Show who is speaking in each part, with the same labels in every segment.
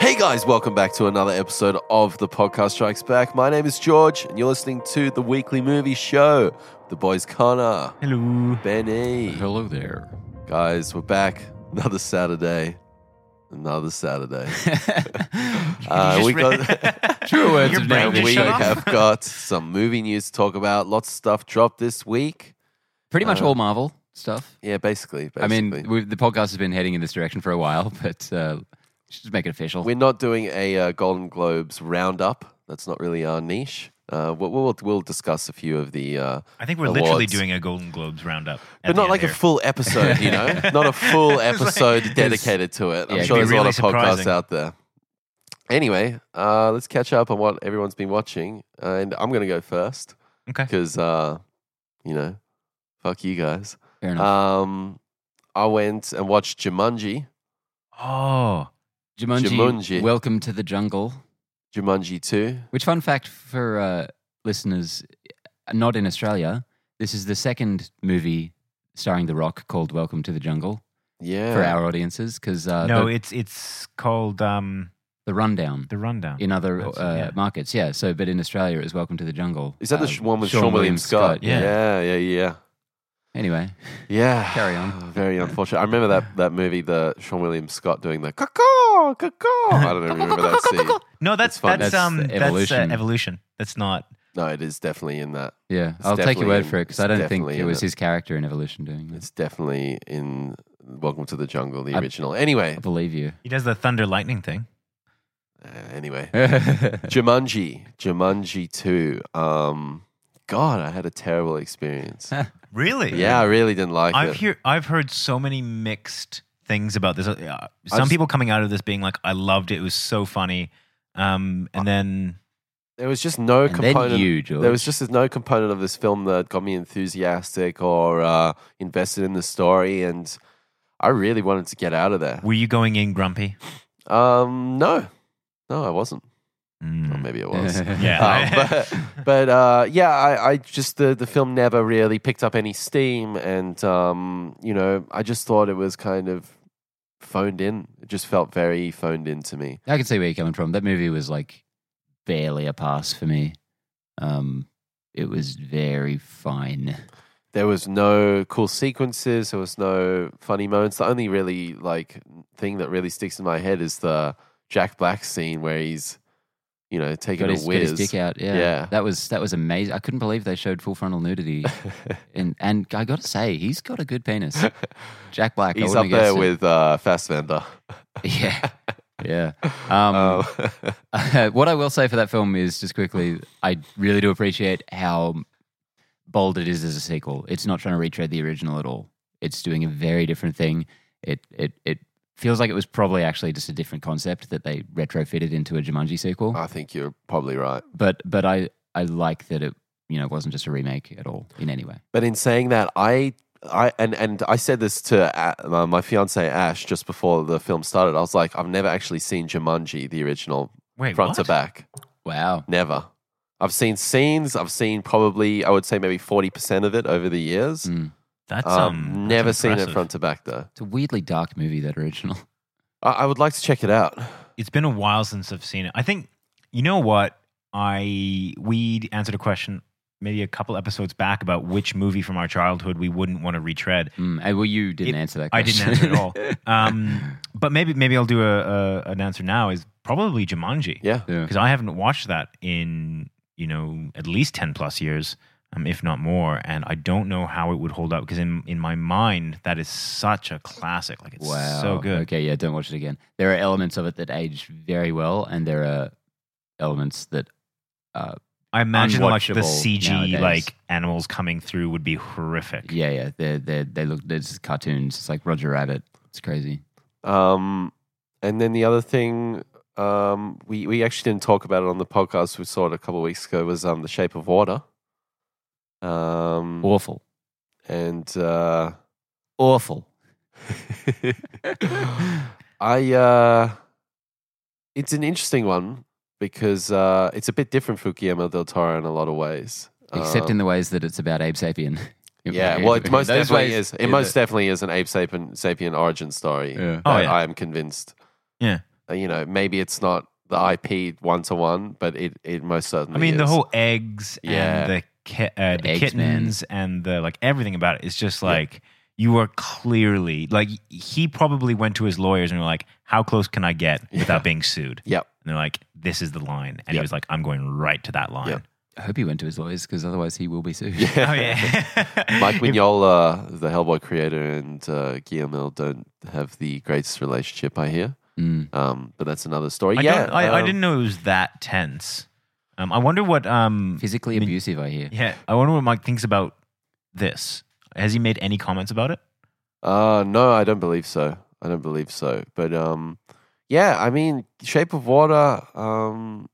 Speaker 1: Hey guys, welcome back to another episode of the Podcast Strikes Back. My name is George, and you're listening to the weekly movie show. The boys Connor,
Speaker 2: Hello.
Speaker 1: Benny.
Speaker 3: Hello there.
Speaker 1: Guys, we're back. Another Saturday. Another Saturday. Uh,
Speaker 2: You
Speaker 1: we
Speaker 2: just
Speaker 1: got-
Speaker 3: True words
Speaker 2: Your
Speaker 3: of
Speaker 2: brain
Speaker 3: now.
Speaker 1: and
Speaker 2: just
Speaker 1: we
Speaker 2: shut off.
Speaker 1: have got some movie news to talk about. Lots of stuff dropped this week.
Speaker 3: Pretty much
Speaker 1: Uh,
Speaker 3: all Marvel stuff.
Speaker 1: Yeah, basically.
Speaker 3: I mean,
Speaker 1: basically.
Speaker 3: we the podcast has been heading in this direction for a while, but uh, let's just make it official.
Speaker 1: we're not doing a uh, Golden Globes roundup. That's not really our niche. Uh, we'll, we'll, we'll discuss a few of the. Uh,
Speaker 2: I think we're literally
Speaker 1: awards.
Speaker 2: doing a Golden Globes roundup. at
Speaker 1: but
Speaker 2: the
Speaker 1: not
Speaker 2: end
Speaker 1: like a
Speaker 2: here.
Speaker 1: full episode, you know, not a full episode dedicated to it. I'm
Speaker 3: Yeah,
Speaker 1: sure there's
Speaker 3: it'd be
Speaker 1: a lot
Speaker 2: really
Speaker 1: of podcasts
Speaker 2: surprising.
Speaker 1: out there. Anyway, uh, let's catch up on what everyone's been watching, uh, and I'm going to go first
Speaker 2: Okay.
Speaker 1: because, uh, you know, fuck you guys.
Speaker 3: Fair enough.
Speaker 1: Um, I went and watched Jumanji,
Speaker 2: Oh,
Speaker 3: Jumanji,
Speaker 1: uh, Jumanji.
Speaker 3: Welcome to the Jungle.
Speaker 1: Jumanji Two.
Speaker 3: Which, fun fact for uh, listeners not in Australia, this is the second movie starring The Rock called Welcome to the Jungle
Speaker 1: Yeah,
Speaker 3: for our audiences because uh,
Speaker 2: no,
Speaker 3: the,
Speaker 2: it's it's called um,
Speaker 3: the rundown
Speaker 2: the rundown.
Speaker 3: in other uh,
Speaker 2: That's- yeah.
Speaker 3: markets. Yeah. So, but in Australia, it was Welcome to the Jungle.
Speaker 1: Is that
Speaker 3: uh,
Speaker 1: the sh- one with Sean, William Scott?
Speaker 2: yeah.
Speaker 1: yeah, yeah, yeah.
Speaker 3: Anyway,
Speaker 1: Yeah.
Speaker 3: Carry on.
Speaker 1: Very unfortunate. I remember that, that movie, the Sean William Scott doing the caw-caw, caw-caw. I don't remember that scene.
Speaker 2: no, that's
Speaker 1: It's fun.
Speaker 2: that's,
Speaker 3: That's
Speaker 2: um
Speaker 3: the
Speaker 2: that's uh,
Speaker 3: Evolution.
Speaker 2: evolution. That's not.
Speaker 1: No, it is definitely in that.
Speaker 3: yeah,
Speaker 1: It's
Speaker 3: I'll take your
Speaker 1: definitely
Speaker 3: word
Speaker 1: in-
Speaker 3: for it because
Speaker 1: it's
Speaker 3: I don't think
Speaker 1: definitely
Speaker 3: it
Speaker 1: in
Speaker 3: was
Speaker 1: it.
Speaker 3: his character in Evolution doing this.
Speaker 1: It's definitely in Welcome to the Jungle, the
Speaker 3: I-
Speaker 1: original. Anyway,
Speaker 3: I believe you.
Speaker 2: He does the thunder lightning thing.
Speaker 1: uh, anyway.
Speaker 3: Jumanji
Speaker 1: Jumanji, Jumanji 2. Um, God, I had a terrible experience.
Speaker 2: Really?
Speaker 1: yeah, I really didn't like
Speaker 2: I've
Speaker 1: it.
Speaker 2: hear I've heard so many mixed things about this. Uh, some
Speaker 1: I've-
Speaker 2: people coming out of this being like, "I loved it. It was so funny," um, and then
Speaker 1: there was just no
Speaker 3: And then
Speaker 1: component.
Speaker 3: you, George.
Speaker 1: There was just there's no component of this film that got me enthusiastic or uh, invested in the story, and I really wanted to get out of there.
Speaker 2: were you going in grumpy?
Speaker 1: Um, no, no, I wasn't.
Speaker 2: Mm.
Speaker 1: Or maybe it was.
Speaker 2: Yeah.
Speaker 1: Um, but but uh, yeah, I, I just the, the film never really picked up any steam, and um, you know, I just thought it was kind of phoned in. It just felt very phoned in to me.
Speaker 3: I can see where you're coming from. That movie was like barely a pass for me. Um, it was very fine.
Speaker 1: There was no cool sequences. There was no funny moments. The only really like thing that really sticks in my head is the Jack Black scene where he's, you know, taking a
Speaker 3: Got his, got his dick
Speaker 1: whiz.
Speaker 3: out. Yeah.
Speaker 1: Yeah.
Speaker 3: that was that was amazing. I couldn't believe they showed full frontal nudity. and and I got to say, he's got a good penis. Jack Black. I
Speaker 1: he's up
Speaker 3: wouldn't have
Speaker 1: there
Speaker 3: guessed
Speaker 1: with uh, Fassbender.
Speaker 3: it. yeah, yeah. Um,
Speaker 1: Um,
Speaker 3: what I will say for that film is just quickly, I really do appreciate how bold it is as a sequel. It's not trying to retread the original at all. It's doing a very different thing. It it it feels like it was probably actually just a different concept that they retrofitted into a Jumanji sequel.
Speaker 2: Uh.
Speaker 1: I think you're probably right.
Speaker 3: but but I I like that it you know wasn't just a remake at all in any way.
Speaker 1: But in saying that, I, I, and and I said this to A- my, my fiance Ash just before the film started. I was like, I've never actually seen Jumanji, the original,
Speaker 2: Wait,
Speaker 1: front to
Speaker 2: what?
Speaker 1: back.
Speaker 3: Wow.
Speaker 1: Never. I've seen scenes. I've seen probably, I would say, maybe forty percent of it over the years.
Speaker 3: Mm.
Speaker 2: That's um,
Speaker 1: Um,
Speaker 2: that's
Speaker 1: never seen it
Speaker 2: impressive.
Speaker 1: front to back though.
Speaker 3: It's a weirdly dark movie that original.
Speaker 1: I, I would like to check it out.
Speaker 2: it's been a while since I've seen it. I think you know what I we answered a question maybe a couple episodes back about which movie from our childhood we wouldn't want to retread.
Speaker 3: Mm. and- Well, you didn't
Speaker 2: It-
Speaker 3: answer that.
Speaker 2: I didn't
Speaker 3: question.
Speaker 2: answer at all. Um, but maybe maybe I'll do a, a an answer now is probably Jumanji
Speaker 1: Yeah.
Speaker 3: yeah.
Speaker 2: because I haven't watched that in you know at least ten plus years, um, if not more, and I don't know how it would hold up because in in my mind that is such a classic. Like it's
Speaker 3: Wow.
Speaker 2: so good.
Speaker 3: Okay, yeah, don't watch it again. There are elements of it that age very well, and there are elements that uh,
Speaker 2: I imagine like the
Speaker 3: unwatchable
Speaker 2: CG
Speaker 3: nowadays.
Speaker 2: like animals coming through would be horrific.
Speaker 3: yeah, yeah, they they they look there's cartoons. It's like Roger Rabbit. It's crazy.
Speaker 1: Um, and then the other thing um, we we actually didn't talk about it on the podcast. We saw it a couple of weeks ago. Was um, the Shape of Water. Um,
Speaker 3: Awful.
Speaker 1: and uh,
Speaker 3: Awful.
Speaker 1: I uh, it's an interesting one because uh, it's a bit different from Guillermo del Toro in a lot of ways.
Speaker 3: Except
Speaker 1: Um,
Speaker 3: in the ways that it's about Abe Sapien.
Speaker 1: yeah, well, it most
Speaker 3: Those
Speaker 1: definitely
Speaker 3: ways-
Speaker 1: is. It
Speaker 3: yeah,
Speaker 1: most
Speaker 3: the-
Speaker 1: definitely is an ape sapien, sapien origin story.
Speaker 3: Yeah.
Speaker 2: Oh,
Speaker 1: that
Speaker 2: yeah.
Speaker 1: I am convinced.
Speaker 2: Yeah.
Speaker 1: uh, you know, maybe it's not the IP one to one, but it, it most certainly.
Speaker 2: I mean, the
Speaker 1: is.
Speaker 2: whole eggs
Speaker 1: Yeah.
Speaker 2: and the, ki- uh, the,
Speaker 3: The eggs,
Speaker 2: kittens and the like everything about it is just like you are clearly like he probably went to his lawyers and were like, "How close can I get without
Speaker 1: Yeah.
Speaker 2: being sued?"
Speaker 1: Yep.
Speaker 2: And they're like, "This is the line," and he
Speaker 1: Yep.
Speaker 2: was like, "I'm going right to that line."
Speaker 1: Yep.
Speaker 3: I hope he went to his lawyers because otherwise he will be sued.
Speaker 2: Oh yeah,
Speaker 1: Mike Mignola, the Hellboy creator, and uh, Guillermo don't have the greatest relationship, I hear.
Speaker 3: Mm.
Speaker 1: Um, but that's another story.
Speaker 2: I
Speaker 1: yeah,
Speaker 2: don't- I, I
Speaker 1: um,
Speaker 2: didn't know it was that tense. Um, I wonder what um,
Speaker 3: Physically
Speaker 2: I mean-
Speaker 3: abusive, I hear.
Speaker 2: yeah, I wonder what Mike thinks about this. Has he made any comments about it?
Speaker 1: Uh no, I don't believe so. I don't believe so. But um yeah, I mean Shape of Water, um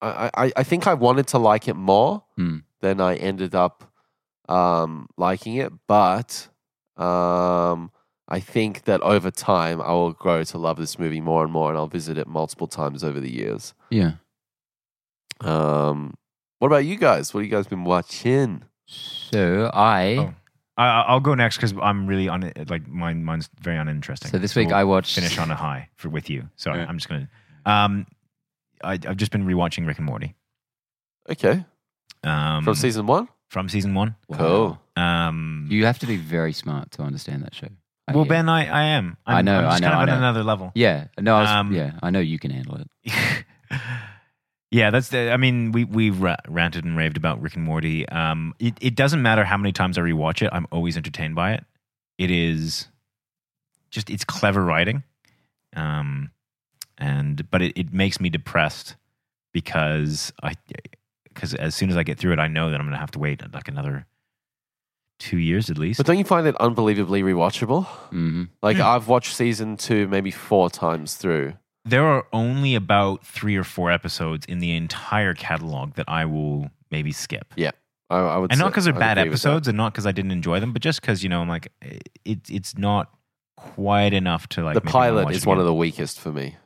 Speaker 1: I, I, I think I wanted to like it more
Speaker 3: Hmm.
Speaker 1: than I ended up um liking it, but um I think that over time I will grow to love this movie more and more and I'll visit it multiple times over the years.
Speaker 3: Yeah.
Speaker 1: Um what about you guys? What have you guys been watching?
Speaker 3: So I.
Speaker 2: Oh. I, I- I'll go next because I'm really on it. Like mine, mine's very uninteresting.
Speaker 3: So this week
Speaker 2: we'll
Speaker 3: I watched.
Speaker 2: finish on a high for with you. So
Speaker 3: Yeah.
Speaker 2: I'm just gonna. Um, I, I've just been rewatching Rick and Morty
Speaker 1: Okay.
Speaker 2: um,
Speaker 1: From season one?
Speaker 2: from season one.
Speaker 3: Wow.
Speaker 1: Cool.
Speaker 2: Um,
Speaker 3: You have to be very smart to understand that show. I
Speaker 2: well,
Speaker 3: hear.
Speaker 2: Ben, I, I am. I'm,
Speaker 3: I know,
Speaker 2: I'm just
Speaker 3: I know,
Speaker 2: kind of
Speaker 3: I
Speaker 2: on
Speaker 3: know.
Speaker 2: another level.
Speaker 3: Yeah. No. I was,
Speaker 2: Um,
Speaker 3: yeah. I know you can handle it.
Speaker 2: yeah, that's the. I mean, we we've ra- ranted and raved about Rick and Morty. Um, it it doesn't matter how many times I rewatch it. I'm always entertained by it. It is just it's clever writing, um, and but it, it makes me depressed because I because as soon as I get through it, I know that I'm gonna have to wait like another two years at least.
Speaker 1: But don't you find it unbelievably rewatchable?
Speaker 3: hmm
Speaker 1: Like
Speaker 2: Hmm.
Speaker 1: I've watched season two maybe four times through.
Speaker 2: there are only about three or four episodes in the entire catalog that I will maybe skip.
Speaker 1: I, I would,
Speaker 2: and
Speaker 1: say,
Speaker 2: not because they're
Speaker 1: I'd
Speaker 2: bad
Speaker 1: agree with that.
Speaker 2: episodes, and not because I didn't enjoy them, but just because you know I'm like, it, it's not quite enough to like.
Speaker 1: the pilot is one of the weakest for me.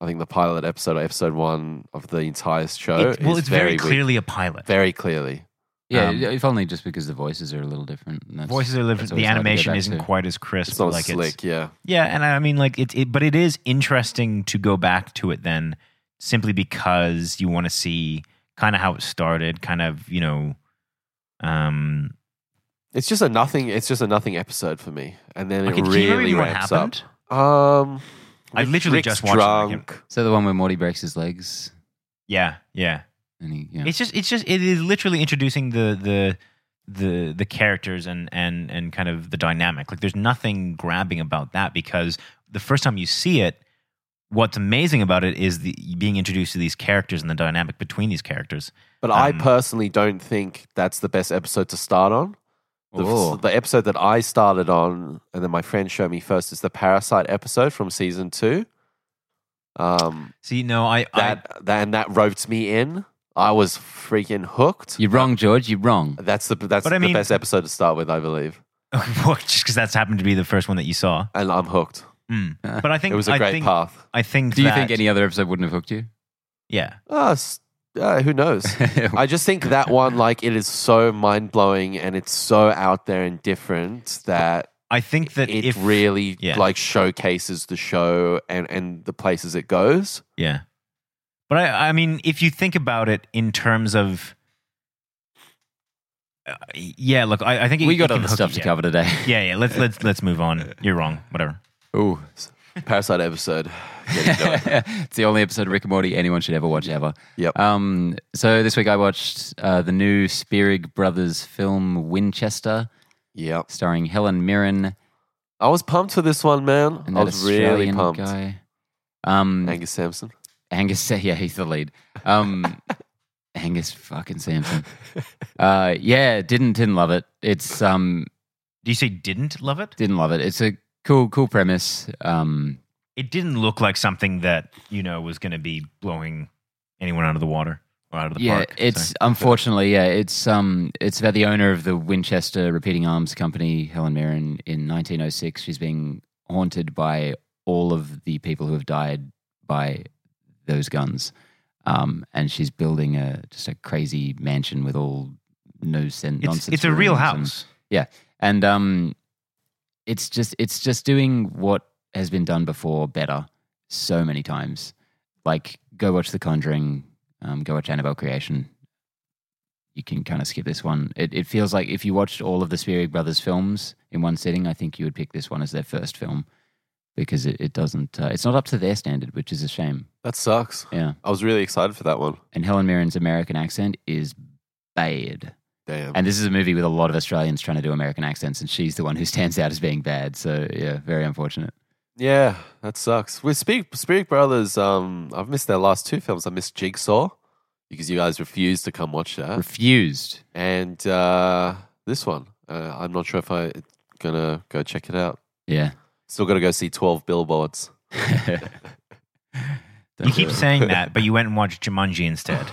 Speaker 1: I think the pilot episode, episode one of the entire show,
Speaker 2: It, well,
Speaker 1: is
Speaker 2: it's very,
Speaker 1: weak.
Speaker 2: clearly a pilot.
Speaker 1: very clearly.
Speaker 3: Yeah.
Speaker 2: Um,
Speaker 3: if only just because the voices are a little different. and that's-
Speaker 2: Voices are different.
Speaker 3: that's
Speaker 2: The
Speaker 3: always hard to go
Speaker 2: animation
Speaker 3: back
Speaker 2: isn't
Speaker 3: to.
Speaker 2: quite as crisp.
Speaker 1: It's not
Speaker 2: like
Speaker 1: slick, yeah.
Speaker 2: yeah, and I mean, like it's, it, but it is interesting to go back to it then, simply because you want to see kind of how it started, kind of you know, um,
Speaker 1: It's just a nothing. It's just a nothing episode for me, and then
Speaker 2: like,
Speaker 1: it
Speaker 2: can you
Speaker 1: really
Speaker 2: remember what
Speaker 1: ramps up.
Speaker 2: happened?
Speaker 1: Um,
Speaker 2: I literally
Speaker 1: Rick's
Speaker 2: just watched it again.
Speaker 1: drunk.
Speaker 3: So the one where Morty breaks his legs
Speaker 2: Yeah, yeah.
Speaker 3: and he. Yeah.
Speaker 2: It's just it's just it is literally introducing the the the the characters and and and kind of the dynamic. Like there's nothing grabbing about that because the first time you see it, what's amazing about it is the being introduced to these characters and the dynamic between these characters.
Speaker 1: But I
Speaker 2: Um,
Speaker 1: personally don't think that's the best episode to start on. The,
Speaker 3: Oh.
Speaker 1: the episode that I started on, and then my friend showed me first, is the Parasite episode from season two. Um,
Speaker 2: See, no, I, I
Speaker 1: that, that and that roped me in. I was freaking hooked.
Speaker 3: You're wrong, George. You're wrong.
Speaker 1: That's the that's
Speaker 2: But I
Speaker 1: the
Speaker 2: mean-
Speaker 1: best episode to start with, I believe.
Speaker 2: just because that's happened to be the first one that you saw.
Speaker 1: And I'm hooked.
Speaker 2: Mm. But I think
Speaker 1: It was a
Speaker 2: I
Speaker 1: great
Speaker 2: think,
Speaker 1: path.
Speaker 2: I think.
Speaker 3: Do you
Speaker 2: that-
Speaker 3: think any other episode wouldn't have hooked you?
Speaker 2: Yeah.
Speaker 1: Ah, s- uh, who knows? I just think that one, like, it is so mind blowing and it's so out there and different that
Speaker 2: I think that
Speaker 1: it
Speaker 2: if
Speaker 1: really
Speaker 2: yeah.
Speaker 1: like showcases the show and and the places it goes.
Speaker 2: Yeah. But I, I mean, if you think about it in terms of, uh, yeah, look, I, I think it-
Speaker 3: we
Speaker 2: it
Speaker 3: got
Speaker 2: can
Speaker 3: other
Speaker 2: hook
Speaker 3: stuff
Speaker 2: you.
Speaker 3: to cover today.
Speaker 2: Yeah, yeah. Let's let's let's move on. You're wrong. Whatever.
Speaker 3: Ooh.
Speaker 1: Parasite episode. Get into it.
Speaker 3: it's the only episode of Rick and Morty anyone should ever watch ever.
Speaker 1: Yep.
Speaker 3: Um, so this week I watched uh, the new Spearig Brothers film Winchester,
Speaker 1: yep.
Speaker 3: starring Helen Mirren
Speaker 1: I was pumped for this one, man.
Speaker 3: and
Speaker 1: I
Speaker 3: that
Speaker 1: was
Speaker 3: Australian
Speaker 1: really pumped.
Speaker 3: guy. Um,
Speaker 1: Angus Sampson.
Speaker 3: Angus, yeah, he's the lead. Um, Angus fucking Sampson. Uh, yeah, didn't didn't love it. It's um,
Speaker 2: Do you say didn't love it?
Speaker 3: didn't love it. It's a cool cool premise. Um,
Speaker 2: It didn't look like something that you know was going to be blowing anyone out of the water or out of the
Speaker 3: yeah,
Speaker 2: park. so.
Speaker 3: it's unfortunately, yeah, it's um, it's about the owner of the Winchester Repeating Arms Company, Helen Mirren, in 1906. She's being haunted by all of the people who have died by those guns, um, and she's building a just a crazy mansion with all no sense
Speaker 2: it's,
Speaker 3: nonsense.
Speaker 2: it's a real
Speaker 3: rooms and-
Speaker 2: house.
Speaker 3: and um, it's just it's just doing what has been done before better so many times. Like, go watch The Conjuring, um, go watch Annabelle Creation. You can kind of skip this one. It, it feels like if you watched all of the Spielberg brothers' films in one sitting, I think you would pick this one as their first film because it, it doesn't, uh, it's not up to their standard, which is a shame.
Speaker 1: That sucks.
Speaker 3: Yeah.
Speaker 1: I was really excited for that one.
Speaker 3: And Helen Mirren's American accent is bad.
Speaker 1: Damn.
Speaker 3: And this is a movie with a lot of Australians trying to do American accents, and she's the one who stands out as being bad. So, yeah, very unfortunate.
Speaker 1: Yeah, that sucks. With Spirit, Spirit Brothers, um, I've missed their last two films. I missed Jigsaw because you guys refused to come watch that,
Speaker 3: Refused.
Speaker 1: and uh, this one. Uh, I'm not sure if I'm gonna go check it out.
Speaker 3: Yeah.
Speaker 1: Still gotta go see Twelve Billboards.
Speaker 2: You keep saying that, but you went and watched Jumanji instead.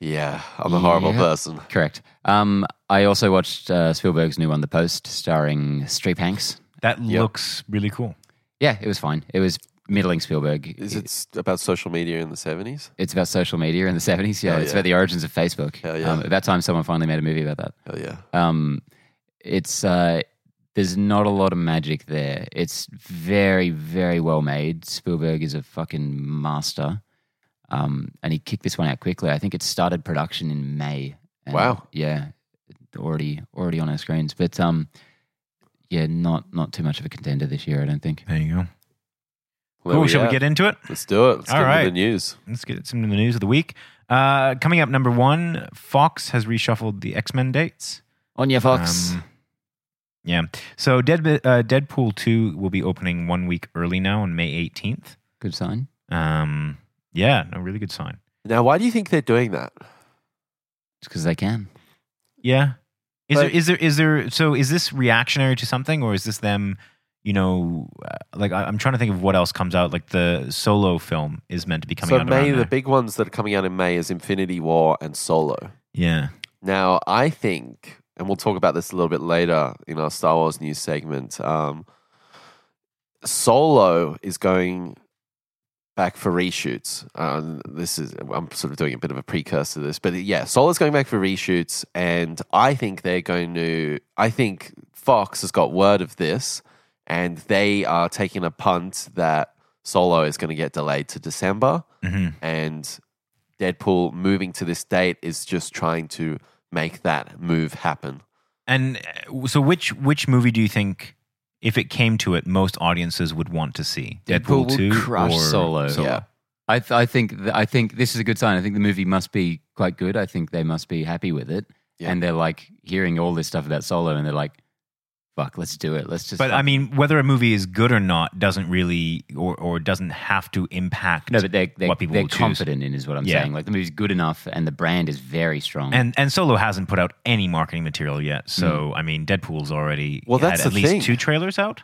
Speaker 1: Yeah, I'm a horrible
Speaker 3: Yeah.
Speaker 1: person.
Speaker 3: Correct. Um, I also watched uh, Spielberg's new one, The Post, starring Streep Hanks.
Speaker 2: That
Speaker 1: Yep.
Speaker 2: looks really cool.
Speaker 3: Yeah, it was fine. It was middling Spielberg.
Speaker 1: Is it s- about social media in the '70s?
Speaker 3: It's about social media in the 70s. Yeah,
Speaker 1: Hell Oh,
Speaker 3: it's
Speaker 1: yeah.
Speaker 3: about the origins of Facebook.
Speaker 1: Hell yeah.
Speaker 3: Um, about time someone finally made a movie about that.
Speaker 1: Hell yeah!
Speaker 3: um, it's uh, there's not a lot of magic there. It's very, very well made. Spielberg is a fucking master, um, and he kicked this one out quickly. I think it started production in May. And,
Speaker 1: Wow.
Speaker 3: Yeah, already, already on our screens. But um, yeah, not not too much of a contender this year, I don't think.
Speaker 2: There you go.
Speaker 1: Where
Speaker 2: cool. Shall
Speaker 1: at?
Speaker 2: we get into it?
Speaker 1: Let's do it. Let's
Speaker 2: All
Speaker 1: get into
Speaker 2: right.
Speaker 1: the news.
Speaker 2: Let's get some of the news of the week. Uh, coming up, number one, Fox has reshuffled the X Men dates.
Speaker 3: On your fox.
Speaker 2: Um, yeah. So Dead, uh, Deadpool 2 will be opening one week early now on May 18th.
Speaker 3: Good sign.
Speaker 2: Um, yeah, no, really good sign.
Speaker 1: Now, why do you think they're doing that?
Speaker 3: It's because they can.
Speaker 2: Yeah. Is
Speaker 1: But-
Speaker 2: there is there is there so is this reactionary to something or is this them you know uh, like I, I'm trying to think of what else comes out like the solo film is meant to be coming
Speaker 1: so
Speaker 2: out
Speaker 1: May,
Speaker 2: around
Speaker 1: the
Speaker 2: now.
Speaker 1: big ones that are coming out in May is Infinity War and Solo.
Speaker 2: yeah
Speaker 1: Now, I think, and we'll talk about this a little bit later in our Star Wars news segment. Um, Solo is going back for reshoots. Um, this is I'm sort of doing a bit of a precursor to this, but yeah, Solo's going back for reshoots, and I think they're going to. I think Fox has got word of this, and they are taking a punt that Solo is going to get delayed to December
Speaker 2: Mhm.
Speaker 1: and Deadpool moving to this date is just trying to make that move happen.
Speaker 2: and uh, so which which movie do you think if it came to it most audiences would want to see
Speaker 3: Deadpool
Speaker 2: Deadpool,
Speaker 3: will
Speaker 2: 2
Speaker 3: crush
Speaker 2: or
Speaker 3: Solo.
Speaker 1: Yeah.
Speaker 3: I, th- I think th- I think this is a good sign. I think the movie must be quite good. I think they must be happy with it,
Speaker 1: Yeah.
Speaker 3: and they're like hearing all this stuff about Solo, and they're like, "Fuck, let's do it. Let's just."
Speaker 2: But I
Speaker 3: fucking-"
Speaker 2: mean, whether a movie is good or not doesn't really, or, or doesn't have to impact.
Speaker 3: no, but they're they're,
Speaker 2: what people
Speaker 3: they're
Speaker 2: will choose.
Speaker 3: confident in is what I'm
Speaker 2: Yeah.
Speaker 3: saying. Like the movie's good enough, and the brand is very strong.
Speaker 2: and and Solo hasn't put out any marketing material yet.
Speaker 3: Mm.
Speaker 2: So I mean, Deadpool's already
Speaker 1: Well, that's
Speaker 2: had at
Speaker 1: the
Speaker 2: least
Speaker 1: thing.
Speaker 2: two trailers out.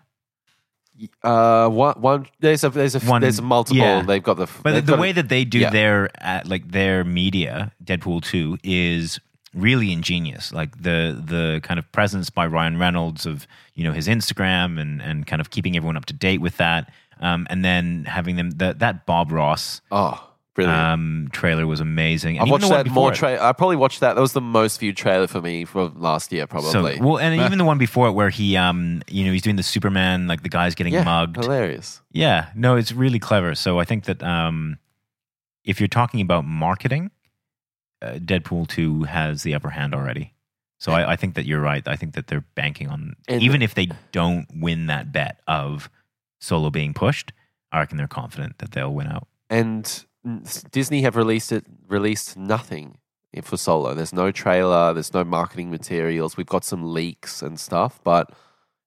Speaker 1: Uh, one, one there's a there's a
Speaker 2: One-
Speaker 1: there's multiple.
Speaker 2: yeah.
Speaker 1: They've got the
Speaker 2: But the,
Speaker 1: they've
Speaker 2: the
Speaker 1: got a-
Speaker 2: way that they do
Speaker 1: yeah.
Speaker 2: their uh, like their media, Deadpool two is really ingenious. Like the the kind of presence by Ryan Reynolds of you know his Instagram and and kind of keeping everyone up to date with that, um, and then having them that that Bob Ross
Speaker 1: oh brilliant.
Speaker 2: um, trailer was amazing. And
Speaker 1: I've
Speaker 2: even
Speaker 1: watched
Speaker 2: the one
Speaker 1: that more
Speaker 2: before it.
Speaker 1: trailer. I probably watched that. That was the most viewed trailer for me from last year, probably.
Speaker 2: So, well, and
Speaker 3: Meh.
Speaker 2: even the one before it where he, um, you know, he's doing the Superman, like the guy's getting
Speaker 1: yeah,
Speaker 2: mugged.
Speaker 1: hilarious.
Speaker 2: Yeah, no, it's really clever. So I think that um, if you're talking about marketing, uh, Deadpool 2 has the upper hand already. So I, I think that you're right. I think that they're banking on,
Speaker 1: And-
Speaker 2: even if they don't win that bet of Solo being pushed, I reckon they're confident that they'll win out.
Speaker 1: And Disney have released it released nothing for Solo. There's no trailer. There's no marketing materials. We've got some leaks and stuff, but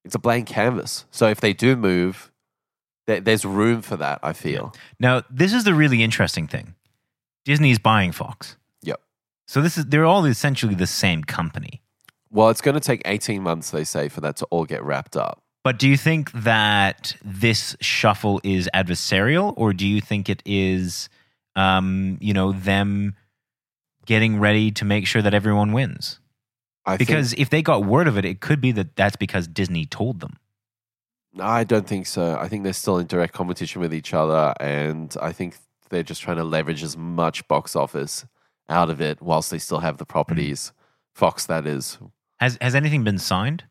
Speaker 1: it's a blank canvas. So if they do move, there, there's room for that. I feel.
Speaker 2: Now, this is the really interesting thing. Disney's buying Fox.
Speaker 1: Yep.
Speaker 2: So this is they're all essentially the same company.
Speaker 1: Well, it's going to take 18 months, they say, for that to all get wrapped up.
Speaker 2: But do you think that this shuffle is adversarial, or do you think it is, um, you know, them getting ready to make sure that everyone wins?
Speaker 1: I think-
Speaker 2: Because if they got word of it, it could be that that's because Disney told them.
Speaker 1: No, I don't think so. I think they're still in direct competition with each other, and I think they're just trying to leverage as much box office out of it whilst they still have the properties. Fox, that is.
Speaker 2: Has has anything been signed?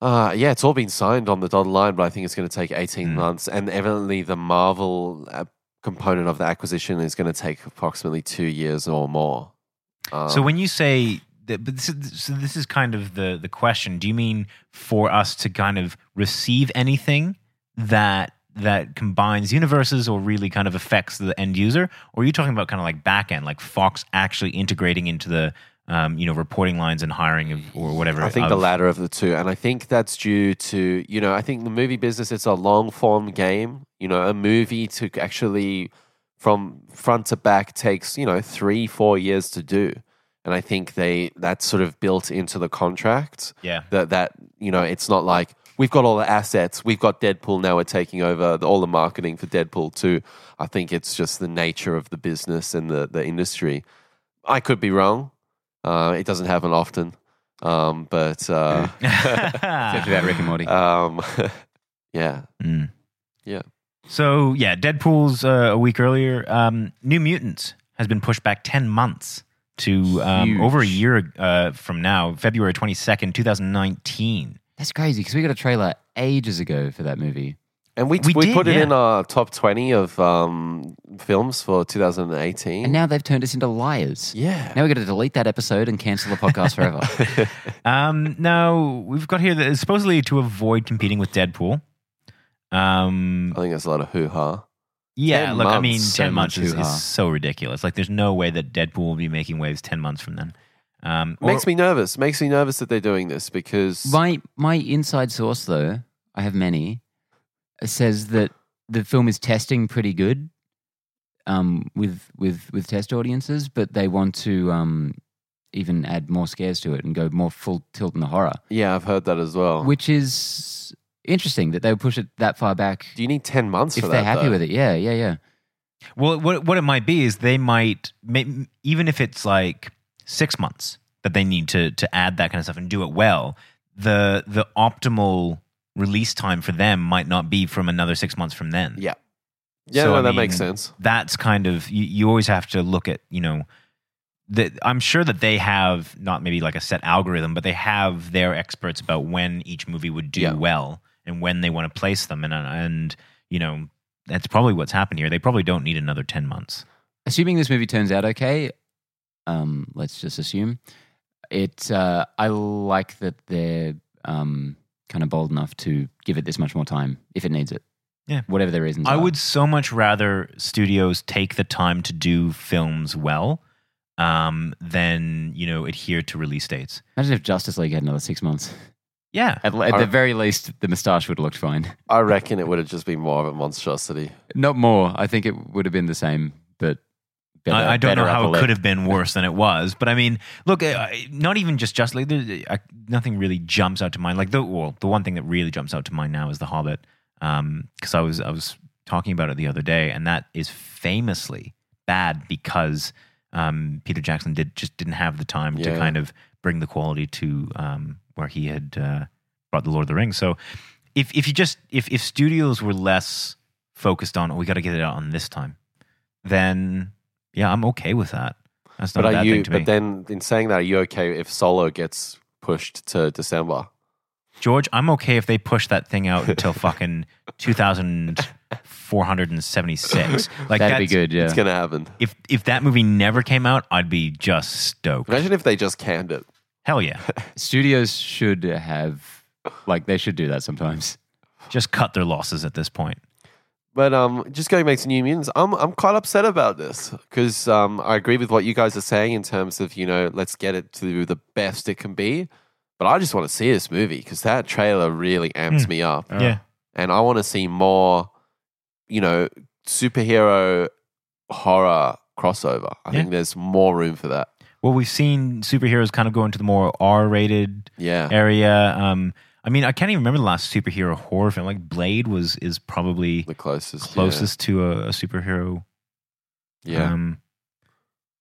Speaker 1: Uh, yeah, it's all been signed on the dotted line, but I think it's going to take 18
Speaker 2: Mm.
Speaker 1: months. And evidently, the Marvel uh, component of the acquisition is going to take approximately two years or more. Um,
Speaker 2: So when you say that, but this is, so this is kind of the the question. Do you mean for us to kind of receive anything that that combines universes or really kind of affects the end user, or are you talking about kind of like back end, like Fox actually integrating into the um, you know reporting lines and hiring of, or whatever?
Speaker 1: Um, I think the
Speaker 2: of-
Speaker 1: latter of the two. And I think that's due to, you know, I think the movie business, it's a long form game. You know, a movie to actually from front to back takes, you know, three, four years to do. And I think they that's sort of built into the contract.
Speaker 2: Yeah.
Speaker 1: That that, you know, it's not like we've got all the assets, we've got Deadpool now we're taking over the- all the marketing for Deadpool too. I think it's just the nature of the business and the, the industry. I could be wrong. Uh, it doesn't happen often. Um, but uh,
Speaker 3: Except for that Rick and Morty.
Speaker 1: um, yeah,
Speaker 2: Mm.
Speaker 1: yeah.
Speaker 2: So yeah, Deadpool's uh, a week earlier. Um, New Mutants has been pushed back ten months to um,
Speaker 1: Huge.
Speaker 2: over a year uh, from now, February twenty second, two thousand nineteen.
Speaker 3: That's crazy because we got a trailer ages ago for that movie.
Speaker 1: And we
Speaker 2: We
Speaker 1: we,
Speaker 2: did,
Speaker 1: put it
Speaker 2: yeah.
Speaker 1: in our top twenty of um, films for 2018.
Speaker 2: Mm.
Speaker 3: And now they've turned us into liars.
Speaker 1: yeah,
Speaker 3: Now we got to delete that episode and cancel the podcast forever.
Speaker 2: Um, now we've got here that it's supposedly to avoid competing with Deadpool. Um,
Speaker 1: I think there's a lot of hoo ha.
Speaker 2: yeah,
Speaker 1: 10
Speaker 2: look, I mean,
Speaker 1: Oh, months,
Speaker 3: so
Speaker 2: ten months
Speaker 3: much
Speaker 2: is,
Speaker 3: hoo-ha.
Speaker 2: is so ridiculous. Like, there's no way that Deadpool will be making waves ten months from then. Um, or-
Speaker 1: Makes me nervous. Makes me nervous that they're doing this because
Speaker 3: my my inside source though, I have many, uh, says that the film is testing pretty good um, with with with test audiences, but they want to um, even add more scares to it and go more full tilt in the horror,
Speaker 1: yeah, I've heard that as well.
Speaker 3: which is interesting that they would push it that far back
Speaker 1: Do you need ten months
Speaker 3: if
Speaker 1: for
Speaker 3: they're
Speaker 1: that?
Speaker 3: happy
Speaker 1: though?
Speaker 3: with it. Yeah, yeah, yeah.
Speaker 2: Well, what what it might be is they might may- even if it's like six months that they need to to add that kind of stuff and do it well. The the optimal release time for them might not be from another six months from then.
Speaker 1: Yeah, yeah,
Speaker 2: So,
Speaker 1: no,
Speaker 2: I
Speaker 1: that makes
Speaker 2: mean,
Speaker 1: sense.
Speaker 2: That's kind of you, you always have to look at you know. The, I'm sure that they have not maybe like a set algorithm, but they have their experts about when each movie would do
Speaker 1: Yeah.
Speaker 2: well and when they want to place them, and and you know that's probably what's happened here. They probably don't need another ten months.
Speaker 3: assuming this movie turns out okay, um, let's just assume it. Uh, I like that they're um, kind of bold enough to give it this much more time if it needs it.
Speaker 2: Yeah.
Speaker 3: whatever their reasons.
Speaker 2: I
Speaker 3: are.
Speaker 2: would so much rather studios take the time to do films well um, than you know adhere to release dates.
Speaker 3: imagine if Justice League had another six months.
Speaker 2: Yeah,
Speaker 3: At, at
Speaker 1: Are-
Speaker 3: the very least, the moustache would have looked fine.
Speaker 1: I reckon it would have just been more of a monstrosity.
Speaker 3: Not more. I think it would have been the same, but better.
Speaker 2: I, I don't
Speaker 3: better
Speaker 2: know how
Speaker 3: upper
Speaker 2: it
Speaker 3: lip.
Speaker 2: could have been worse than it was, but I mean, look, I- I- not even just Just League. there- I, nothing really jumps out to mind. Like the well, the one thing that really jumps out to mind now is The Hobbit, because I was I was talking about it the other day, and that is famously bad because um, Peter Jackson did just didn't have the time to
Speaker 1: Yeah.
Speaker 2: kind of bring the quality to um, where he had uh, brought the Lord of the Rings. So if if you just if if studios were less focused on, oh, we got to get it out on this time, then yeah, I'm okay with that. That's not
Speaker 1: But
Speaker 2: a
Speaker 1: are
Speaker 2: bad
Speaker 1: you?
Speaker 2: thing to me.
Speaker 1: But then, in saying that, are you okay if Solo gets pushed to December?
Speaker 2: George, I'm okay if they push that thing out until fucking 2476. Like
Speaker 3: That'd be
Speaker 2: that's-
Speaker 3: good. Yeah,
Speaker 1: It's gonna happen.
Speaker 2: If if that movie never came out, I'd be just stoked.
Speaker 1: Imagine if they just canned it.
Speaker 2: Hell yeah.
Speaker 3: studios should have like they should do that sometimes.
Speaker 2: Just cut their losses at this point.
Speaker 1: But um, just going back to New Mutants, I'm I'm quite upset about this because um, I agree with what you guys are saying in terms of you know let's get it to the best it can be, but I just want to see this movie because that trailer really amps
Speaker 2: Hmm.
Speaker 1: me up,
Speaker 2: yeah.
Speaker 1: and I want to see more, you know, superhero horror crossover. I
Speaker 2: Yeah.
Speaker 1: think there's more room for that.
Speaker 2: Well, we've seen superheroes kind of go into the more R-rated
Speaker 1: Yeah,
Speaker 2: area. Um, I mean, I can't even remember the last superhero horror film. Like Blade was is probably
Speaker 1: the closest, yeah.
Speaker 2: closest to a, a superhero.
Speaker 1: Yeah,
Speaker 2: Um,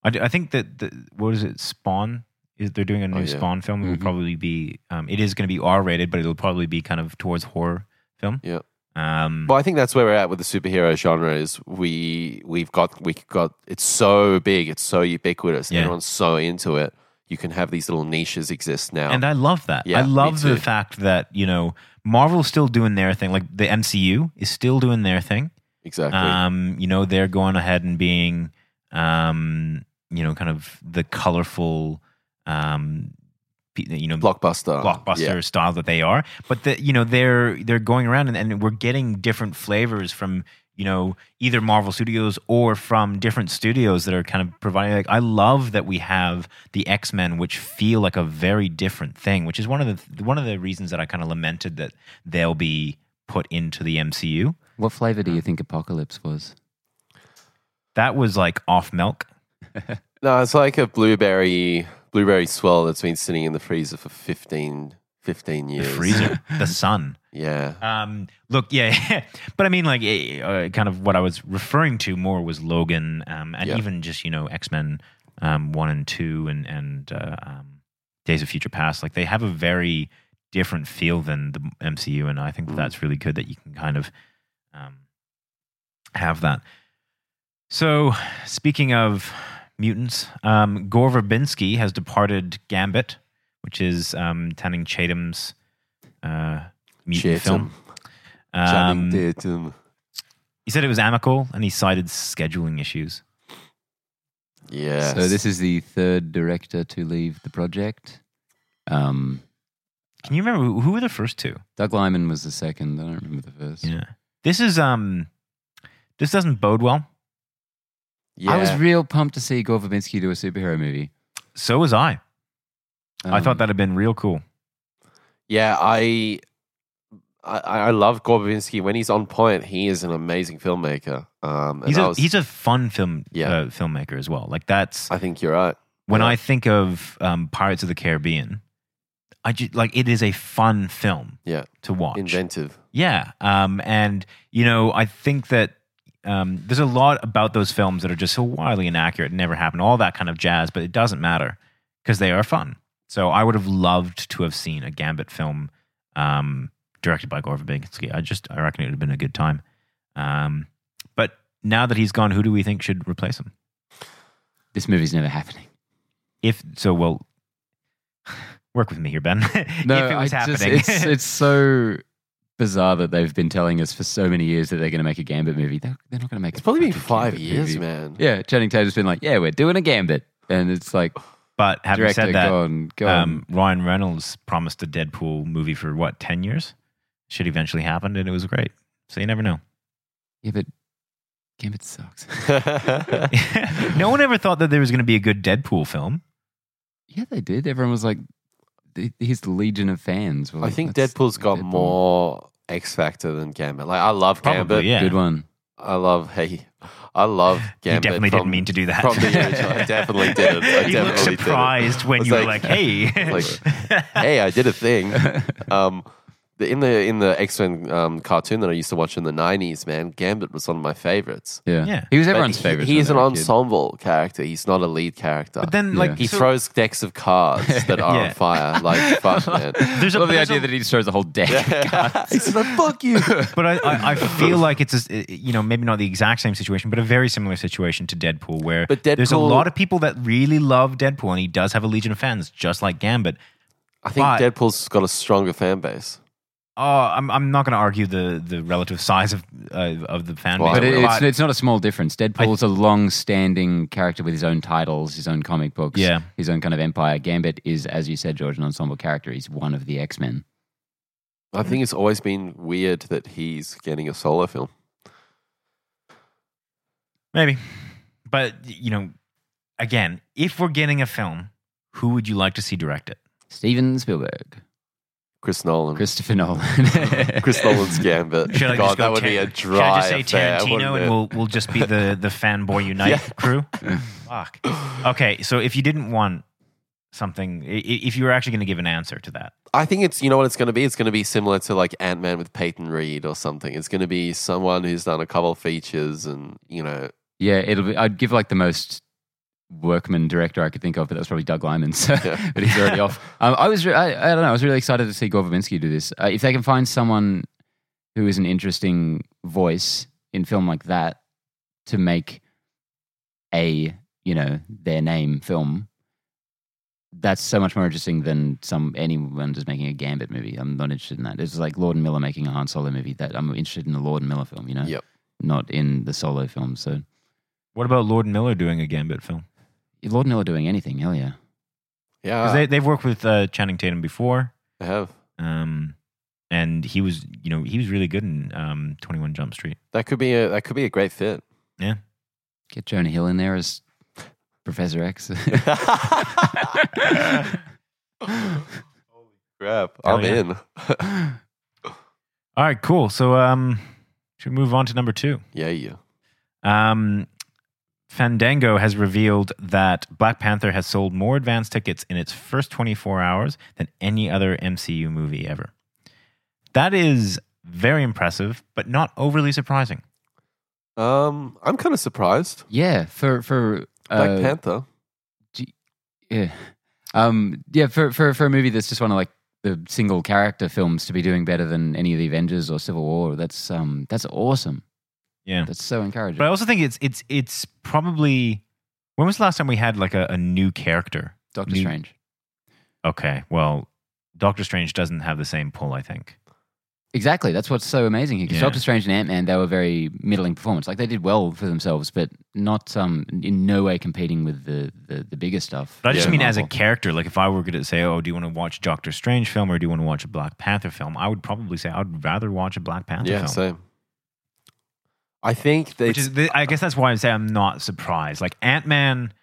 Speaker 2: I, d- I think that the, what is it? Spawn is they're doing a new
Speaker 1: Oh, yeah.
Speaker 2: Spawn film. It will
Speaker 3: Mhm.
Speaker 2: probably be. Um, it is going to be R rated, but it'll probably be kind of towards horror film.
Speaker 1: Yeah.
Speaker 2: Um,
Speaker 1: Well, I think that's where we're at with the superhero genre. Is we we've got we got it's so big, it's so ubiquitous, and
Speaker 2: Yeah.
Speaker 1: everyone's so into it. you can have these little niches exist now.
Speaker 2: And I love that.
Speaker 1: Yeah,
Speaker 2: I
Speaker 1: me
Speaker 2: love
Speaker 1: too.
Speaker 2: the fact that, you know, Marvel's still doing their thing. Like the MCU is still doing their thing.
Speaker 1: exactly.
Speaker 2: Um, you know, they're going ahead and being, um, you know, kind of the colorful, um, pe- you know,
Speaker 1: blockbuster.
Speaker 2: blockbuster
Speaker 1: Yeah.
Speaker 2: style that they are. But the, you know, they're they're going around and, and we're getting different flavors from you know either Marvel Studios or from different studios that are kind of providing. Like I love that we have the X Men, which feel like a very different thing, which is one of the one of the reasons that I kind of lamented that they'll be put into the MCU.
Speaker 3: What flavor do you think Apocalypse was?
Speaker 2: That was like off milk.
Speaker 1: No, it's like a blueberry blueberry swirl that's been sitting in the freezer for 15, 15
Speaker 2: The
Speaker 1: years.
Speaker 2: freezer, the sun.
Speaker 1: Yeah.
Speaker 2: Um, look, yeah, but I mean, like, eh, uh, kind of what I was referring to more was Logan, um, and
Speaker 1: Yeah.
Speaker 2: even just you know X Men, um, one and two, and and uh, um, Days of Future Past. Like they have a very different feel than the MCU, and I think that
Speaker 1: Mm.
Speaker 2: that's really good that you can kind of um, have that. So, speaking of mutants, um, Gore Verbinski has departed Gambit, which is um, Tanning Chatham's uh, mutant
Speaker 1: Chatham.
Speaker 2: film.
Speaker 1: Channing
Speaker 2: Um,
Speaker 1: Tatum.
Speaker 2: he said it was amicable, and he cited scheduling issues.
Speaker 1: Yes.
Speaker 3: So this is the third director to leave the project. Um,
Speaker 2: Can you remember who- who were the first two?
Speaker 3: Doug Lyman was the second. I don't remember the first.
Speaker 2: Yeah, this is um, this doesn't bode well.
Speaker 1: yeah.
Speaker 3: I was real pumped to see Gore Verbinski do a superhero movie.
Speaker 2: So was I. I
Speaker 3: Um,
Speaker 2: thought that'd been real cool.
Speaker 1: yeah, I I, I love Gorbavinsky. When he's on point, he is an amazing filmmaker. Um, and
Speaker 2: He's
Speaker 1: I,
Speaker 2: a
Speaker 1: was-
Speaker 2: he's a fun film
Speaker 1: Yeah.
Speaker 2: uh, filmmaker as well. Like that's
Speaker 1: I think you're right.
Speaker 2: when
Speaker 1: yeah.
Speaker 2: I think of um, Pirates of the Caribbean. I just like it is a fun film.
Speaker 1: Yeah.
Speaker 2: to watch.
Speaker 1: Inventive.
Speaker 2: Yeah. Um, and, you know, I think that um, there's a lot about those films that are just so wildly inaccurate, never happened, all that kind of jazz, but it doesn't matter because they are fun. So I would have loved to have seen a Gambit film um, directed by Gore Verbinski. I just, I reckon it would have been a good time. Um, but now that he's gone, who do we think should replace him?
Speaker 3: this movie's never happening.
Speaker 2: If so, well, work with me here, Ben. if it was
Speaker 3: I just-
Speaker 2: happening.
Speaker 3: it's, it's so bizarre that they've been telling us for so many years that they're going to make a Gambit movie. They're, they're not going to make.
Speaker 1: It's
Speaker 3: a
Speaker 1: probably been
Speaker 3: fucking
Speaker 1: five
Speaker 3: Gambit
Speaker 1: years,
Speaker 3: movie.
Speaker 1: man.
Speaker 3: Yeah, Channing Tatum's been like, "Yeah, we're doing a Gambit," and it's like,
Speaker 2: but having
Speaker 3: "Director,
Speaker 2: said that,
Speaker 3: go on, go
Speaker 2: um, Ryan Reynolds promised a Deadpool movie for what ten years? Shit eventually happened, and it was great. So you never know.
Speaker 3: on." Yeah, but Gambit sucks.
Speaker 2: no one ever thought that there was going to be a good Deadpool film.
Speaker 3: yeah, they did. Everyone was like, th- "His legion of fans." were
Speaker 1: I
Speaker 3: like,
Speaker 1: think
Speaker 3: "That's
Speaker 1: Deadpool's got
Speaker 3: Deadpool."
Speaker 1: more X Factor than Gambit. Like I love
Speaker 2: Probably,
Speaker 1: Gambit.
Speaker 2: yeah.
Speaker 3: Good one.
Speaker 1: I love hey, I love
Speaker 2: You
Speaker 1: Gambit.
Speaker 2: definitely
Speaker 1: from-
Speaker 2: didn't mean to do that.
Speaker 1: from the original. I definitely didn't. I
Speaker 2: you looked
Speaker 1: definitely didn't.
Speaker 2: surprised when
Speaker 1: It's
Speaker 2: you were
Speaker 1: like-
Speaker 2: like, "Hey,
Speaker 1: it's Hey, I did a thing. Um, the, in the in the X Men um, cartoon that I used to watch in the nineties, man, Gambit was one of my favorites.
Speaker 3: Yeah.
Speaker 2: Yeah.
Speaker 3: he was
Speaker 1: But
Speaker 3: everyone's
Speaker 1: he-
Speaker 3: favorite.
Speaker 1: He
Speaker 3: when
Speaker 1: is
Speaker 3: they
Speaker 1: an
Speaker 3: were a kid.
Speaker 1: ensemble character. He's not a lead character.
Speaker 2: But then,
Speaker 3: Yeah.
Speaker 2: like,
Speaker 1: he
Speaker 2: so-
Speaker 1: throws decks of cards that are
Speaker 2: Yeah.
Speaker 1: on fire. Like fuck, man.
Speaker 2: There's a-
Speaker 3: I love the
Speaker 2: there's a-
Speaker 3: idea that he just throws the whole deck.
Speaker 1: He's like fuck you.
Speaker 2: but I, I, I feel like it's a, you know maybe not the exact same situation, but a very similar situation to Deadpool, where
Speaker 1: But
Speaker 2: there's a
Speaker 1: Deadpool-
Speaker 2: lot of people that really love Deadpool, and he does have a legion of fans, just like Gambit.
Speaker 1: I think
Speaker 2: But-
Speaker 1: Deadpool's got a stronger fan base.
Speaker 2: Oh, I'm I'm not going to argue the the relative size of uh, of the fan base,
Speaker 1: Well,
Speaker 3: But it, it's,
Speaker 2: but-
Speaker 3: it's not a small difference. Deadpool's a long-standing character with his own titles, his own comic books,
Speaker 2: Yeah.
Speaker 3: his own kind of empire. Gambit is, as you said, George, an ensemble character. He's one of the X Men.
Speaker 1: I think it's always been weird that he's getting a solo film.
Speaker 2: maybe. But you know, again, if we're getting a film, who would you like to see direct it?
Speaker 3: Steven Spielberg,
Speaker 1: Chris Nolan.
Speaker 3: Christopher Nolan,
Speaker 1: Mm. Chris Nolan's Gambit.
Speaker 2: Should I
Speaker 1: God,
Speaker 2: just go
Speaker 1: that would
Speaker 2: Tar-
Speaker 1: be a
Speaker 2: Should I
Speaker 1: dry
Speaker 2: just say
Speaker 1: affair,
Speaker 2: Tarantino,
Speaker 1: wouldn't
Speaker 2: and
Speaker 1: it?
Speaker 2: we'll we'll just be the the fanboy unite
Speaker 1: Yeah.
Speaker 2: crew? Fuck. Okay, so if you didn't want something, i- i- if you were actually going to give an answer to that,
Speaker 1: I think it's you know what it's going to be. It's going to be similar to like Ant Man with Peyton Reed or something. It's going to be someone who's done a couple features and you know
Speaker 3: yeah, it'll be. I'd give like the most workman director I could think of, but that's probably Doug Lyman. So,
Speaker 1: Yeah.
Speaker 3: but he's already off. Um, I was, re- I, I don't know. I was really excited to see Gore Verbinski do this. Uh, if they can find someone who is an interesting voice in film like that to make a you know their name film, that's so much more interesting than some anyone just making a Gambit movie. I'm not interested in that. It's like Lord and Miller making a Han Solo movie. That I'm interested in the Lord and Miller film, you know,
Speaker 1: Yep.
Speaker 3: not in the Solo film. So
Speaker 2: What about Lord and Miller doing a Gambit film?
Speaker 3: Lord and Miller doing anything, hell yeah.
Speaker 1: Yeah,
Speaker 2: Because they, they've worked with uh, Channing Tatum before,
Speaker 1: I have.
Speaker 2: um, and he was, you know, he was really good in um, Twenty One Jump Street.
Speaker 1: That could be a that could be a great fit.
Speaker 3: Get Jonah Hill in there as Professor X.
Speaker 1: Crap,
Speaker 2: Hell
Speaker 1: I'm
Speaker 2: yeah.
Speaker 1: in.
Speaker 2: All right, cool. So, um, should we move on to number two?
Speaker 1: Yeah, yeah.
Speaker 2: Um, Fandango has revealed that Black Panther has sold more advance tickets in its first 24 hours than any other MCU movie ever. That is very impressive, but not overly surprising.
Speaker 1: Um, I'm kind of surprised.
Speaker 3: yeah, for for uh,
Speaker 1: Black Panther.
Speaker 3: yeah, um, yeah, for for for a movie that's just one of like the single character films to be doing better than any of the Avengers or Civil War. That's um, that's awesome.
Speaker 2: Yeah.
Speaker 3: That's so encouraging.
Speaker 2: But I also think it's it's it's probably when was the last time we had like a, a new character?
Speaker 3: Doctor
Speaker 2: new-
Speaker 3: Strange.
Speaker 2: Okay, well, Doctor Strange doesn't have the same pull, I think.
Speaker 3: Exactly. That's what's so amazing here. 'cause
Speaker 2: Yeah.
Speaker 3: Doctor Strange and Ant Man, they were very middling performance. Like they did well for themselves, but not um, in no way competing with the the, the bigger stuff.
Speaker 2: But I just
Speaker 1: Yeah.
Speaker 2: mean as a
Speaker 3: Marvel.
Speaker 2: character. Like if I were going to say, "Oh, do you want to watch Doctor Strange film or do you want to watch a Black Panther film?" I would probably say I'd rather watch a Black Panther
Speaker 1: Yeah,
Speaker 2: film.
Speaker 1: same. I think they.
Speaker 2: which is, the, I guess that's why I say I'm not surprised. Like Ant Man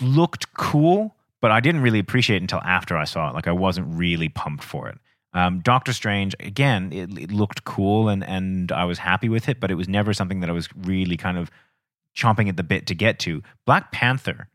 Speaker 2: looked cool, but I didn't really appreciate it until after I saw it. Like I wasn't really pumped for it. Um, Doctor Strange again, it, it looked cool and and I was happy with it, but it was never something that I was really kind of chomping at the bit to get to. Black Panther,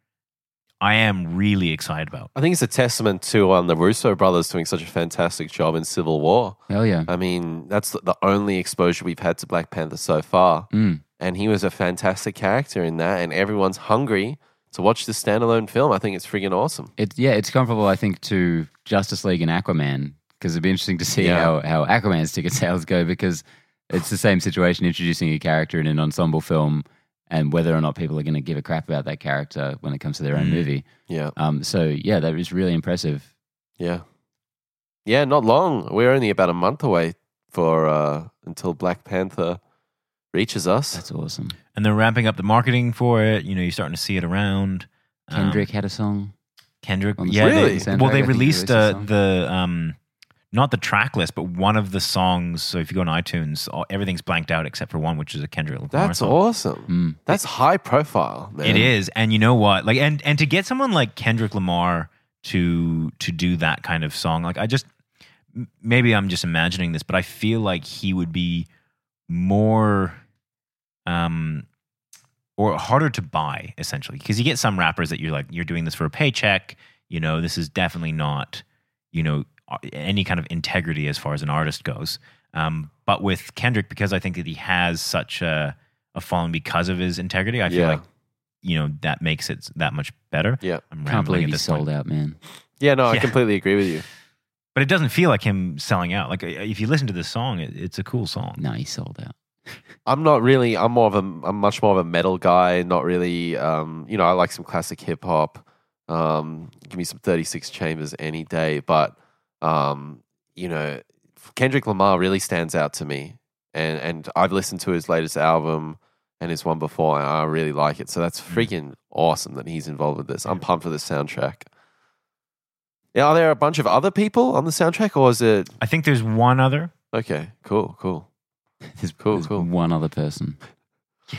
Speaker 2: I am really excited about.
Speaker 1: I think it's a testament to um, the Russo brothers doing such a fantastic job in Civil War.
Speaker 3: Hell yeah.
Speaker 1: I mean, that's the- the only exposure we've had to Black Panther so far.
Speaker 3: Mm.
Speaker 1: And he was a fantastic character in that, and everyone's hungry to watch this standalone film. I think it's freaking awesome.
Speaker 3: It, yeah, it's comparable, I think, to Justice League and Aquaman because it'd be interesting to see
Speaker 1: Yeah.
Speaker 3: how, how Aquaman's ticket sales go because it's the same situation introducing a character in an ensemble film and whether or not people are going to give a crap about that character when it comes to their own
Speaker 2: Mm.
Speaker 3: movie.
Speaker 1: Yeah,
Speaker 3: Um, so, yeah, that was really impressive.
Speaker 1: yeah, yeah. Not long. We're only about a month away for uh, until Black Panther reaches us.
Speaker 3: That's awesome.
Speaker 2: And they're ramping up the marketing for it. You know, you're starting to see it around. Um,
Speaker 3: Kendrick had a song.
Speaker 2: Kendrick.
Speaker 3: on the
Speaker 2: Yeah,
Speaker 1: Really?
Speaker 2: they,
Speaker 3: soundtrack,
Speaker 2: well,
Speaker 3: I
Speaker 2: they
Speaker 3: think he
Speaker 2: released
Speaker 3: released a
Speaker 2: uh,
Speaker 3: song.
Speaker 2: the um, not the track list, but one of the songs. So if you go on iTunes, all, everything's blanked out except for one, which is a Kendrick Lamar
Speaker 1: That's
Speaker 2: song.
Speaker 1: awesome.
Speaker 3: Mm.
Speaker 1: That's high profile, man.
Speaker 2: Hmm. It is, and you know what? Like, and and to get someone like Kendrick Lamar to to do that kind of song, like I just m- maybe I'm just imagining this, but I feel like he would be more um or harder to buy essentially because you get some rappers that you're like you're doing this for a paycheck you know this is definitely not you know a- any kind of integrity as far as an artist goes um but with kendrick because i think that he has such a a following because of his integrity i feel
Speaker 1: Yeah.
Speaker 2: like you know that makes it that much better
Speaker 1: Yeah.
Speaker 2: i'm
Speaker 3: Can't
Speaker 2: rambling
Speaker 3: believe
Speaker 2: at
Speaker 3: he
Speaker 2: this point.
Speaker 3: sold out, man.
Speaker 1: Yeah, no, I
Speaker 2: Yeah.
Speaker 1: completely agree with you.
Speaker 2: but it doesn't feel like him selling out like uh, if you listen to this song it, it's a cool song
Speaker 3: No, he sold out.
Speaker 1: I'm not really. I'm more of a. I'm much more of a metal guy. Not really. Um, you know, I like some classic hip hop. Um, give me some 36 Chambers any day. But um, you know, Kendrick Lamar really stands out to me, and and I've listened to his latest album and his one before, and I really like it. So that's freaking awesome that he's involved with this. I'm pumped for the soundtrack. Now, are there a bunch of other people on the soundtrack, or is it
Speaker 2: i think there's one other
Speaker 1: okay? Cool, cool.
Speaker 3: There's,
Speaker 1: Cool,
Speaker 3: there's
Speaker 1: cool.
Speaker 3: one other person.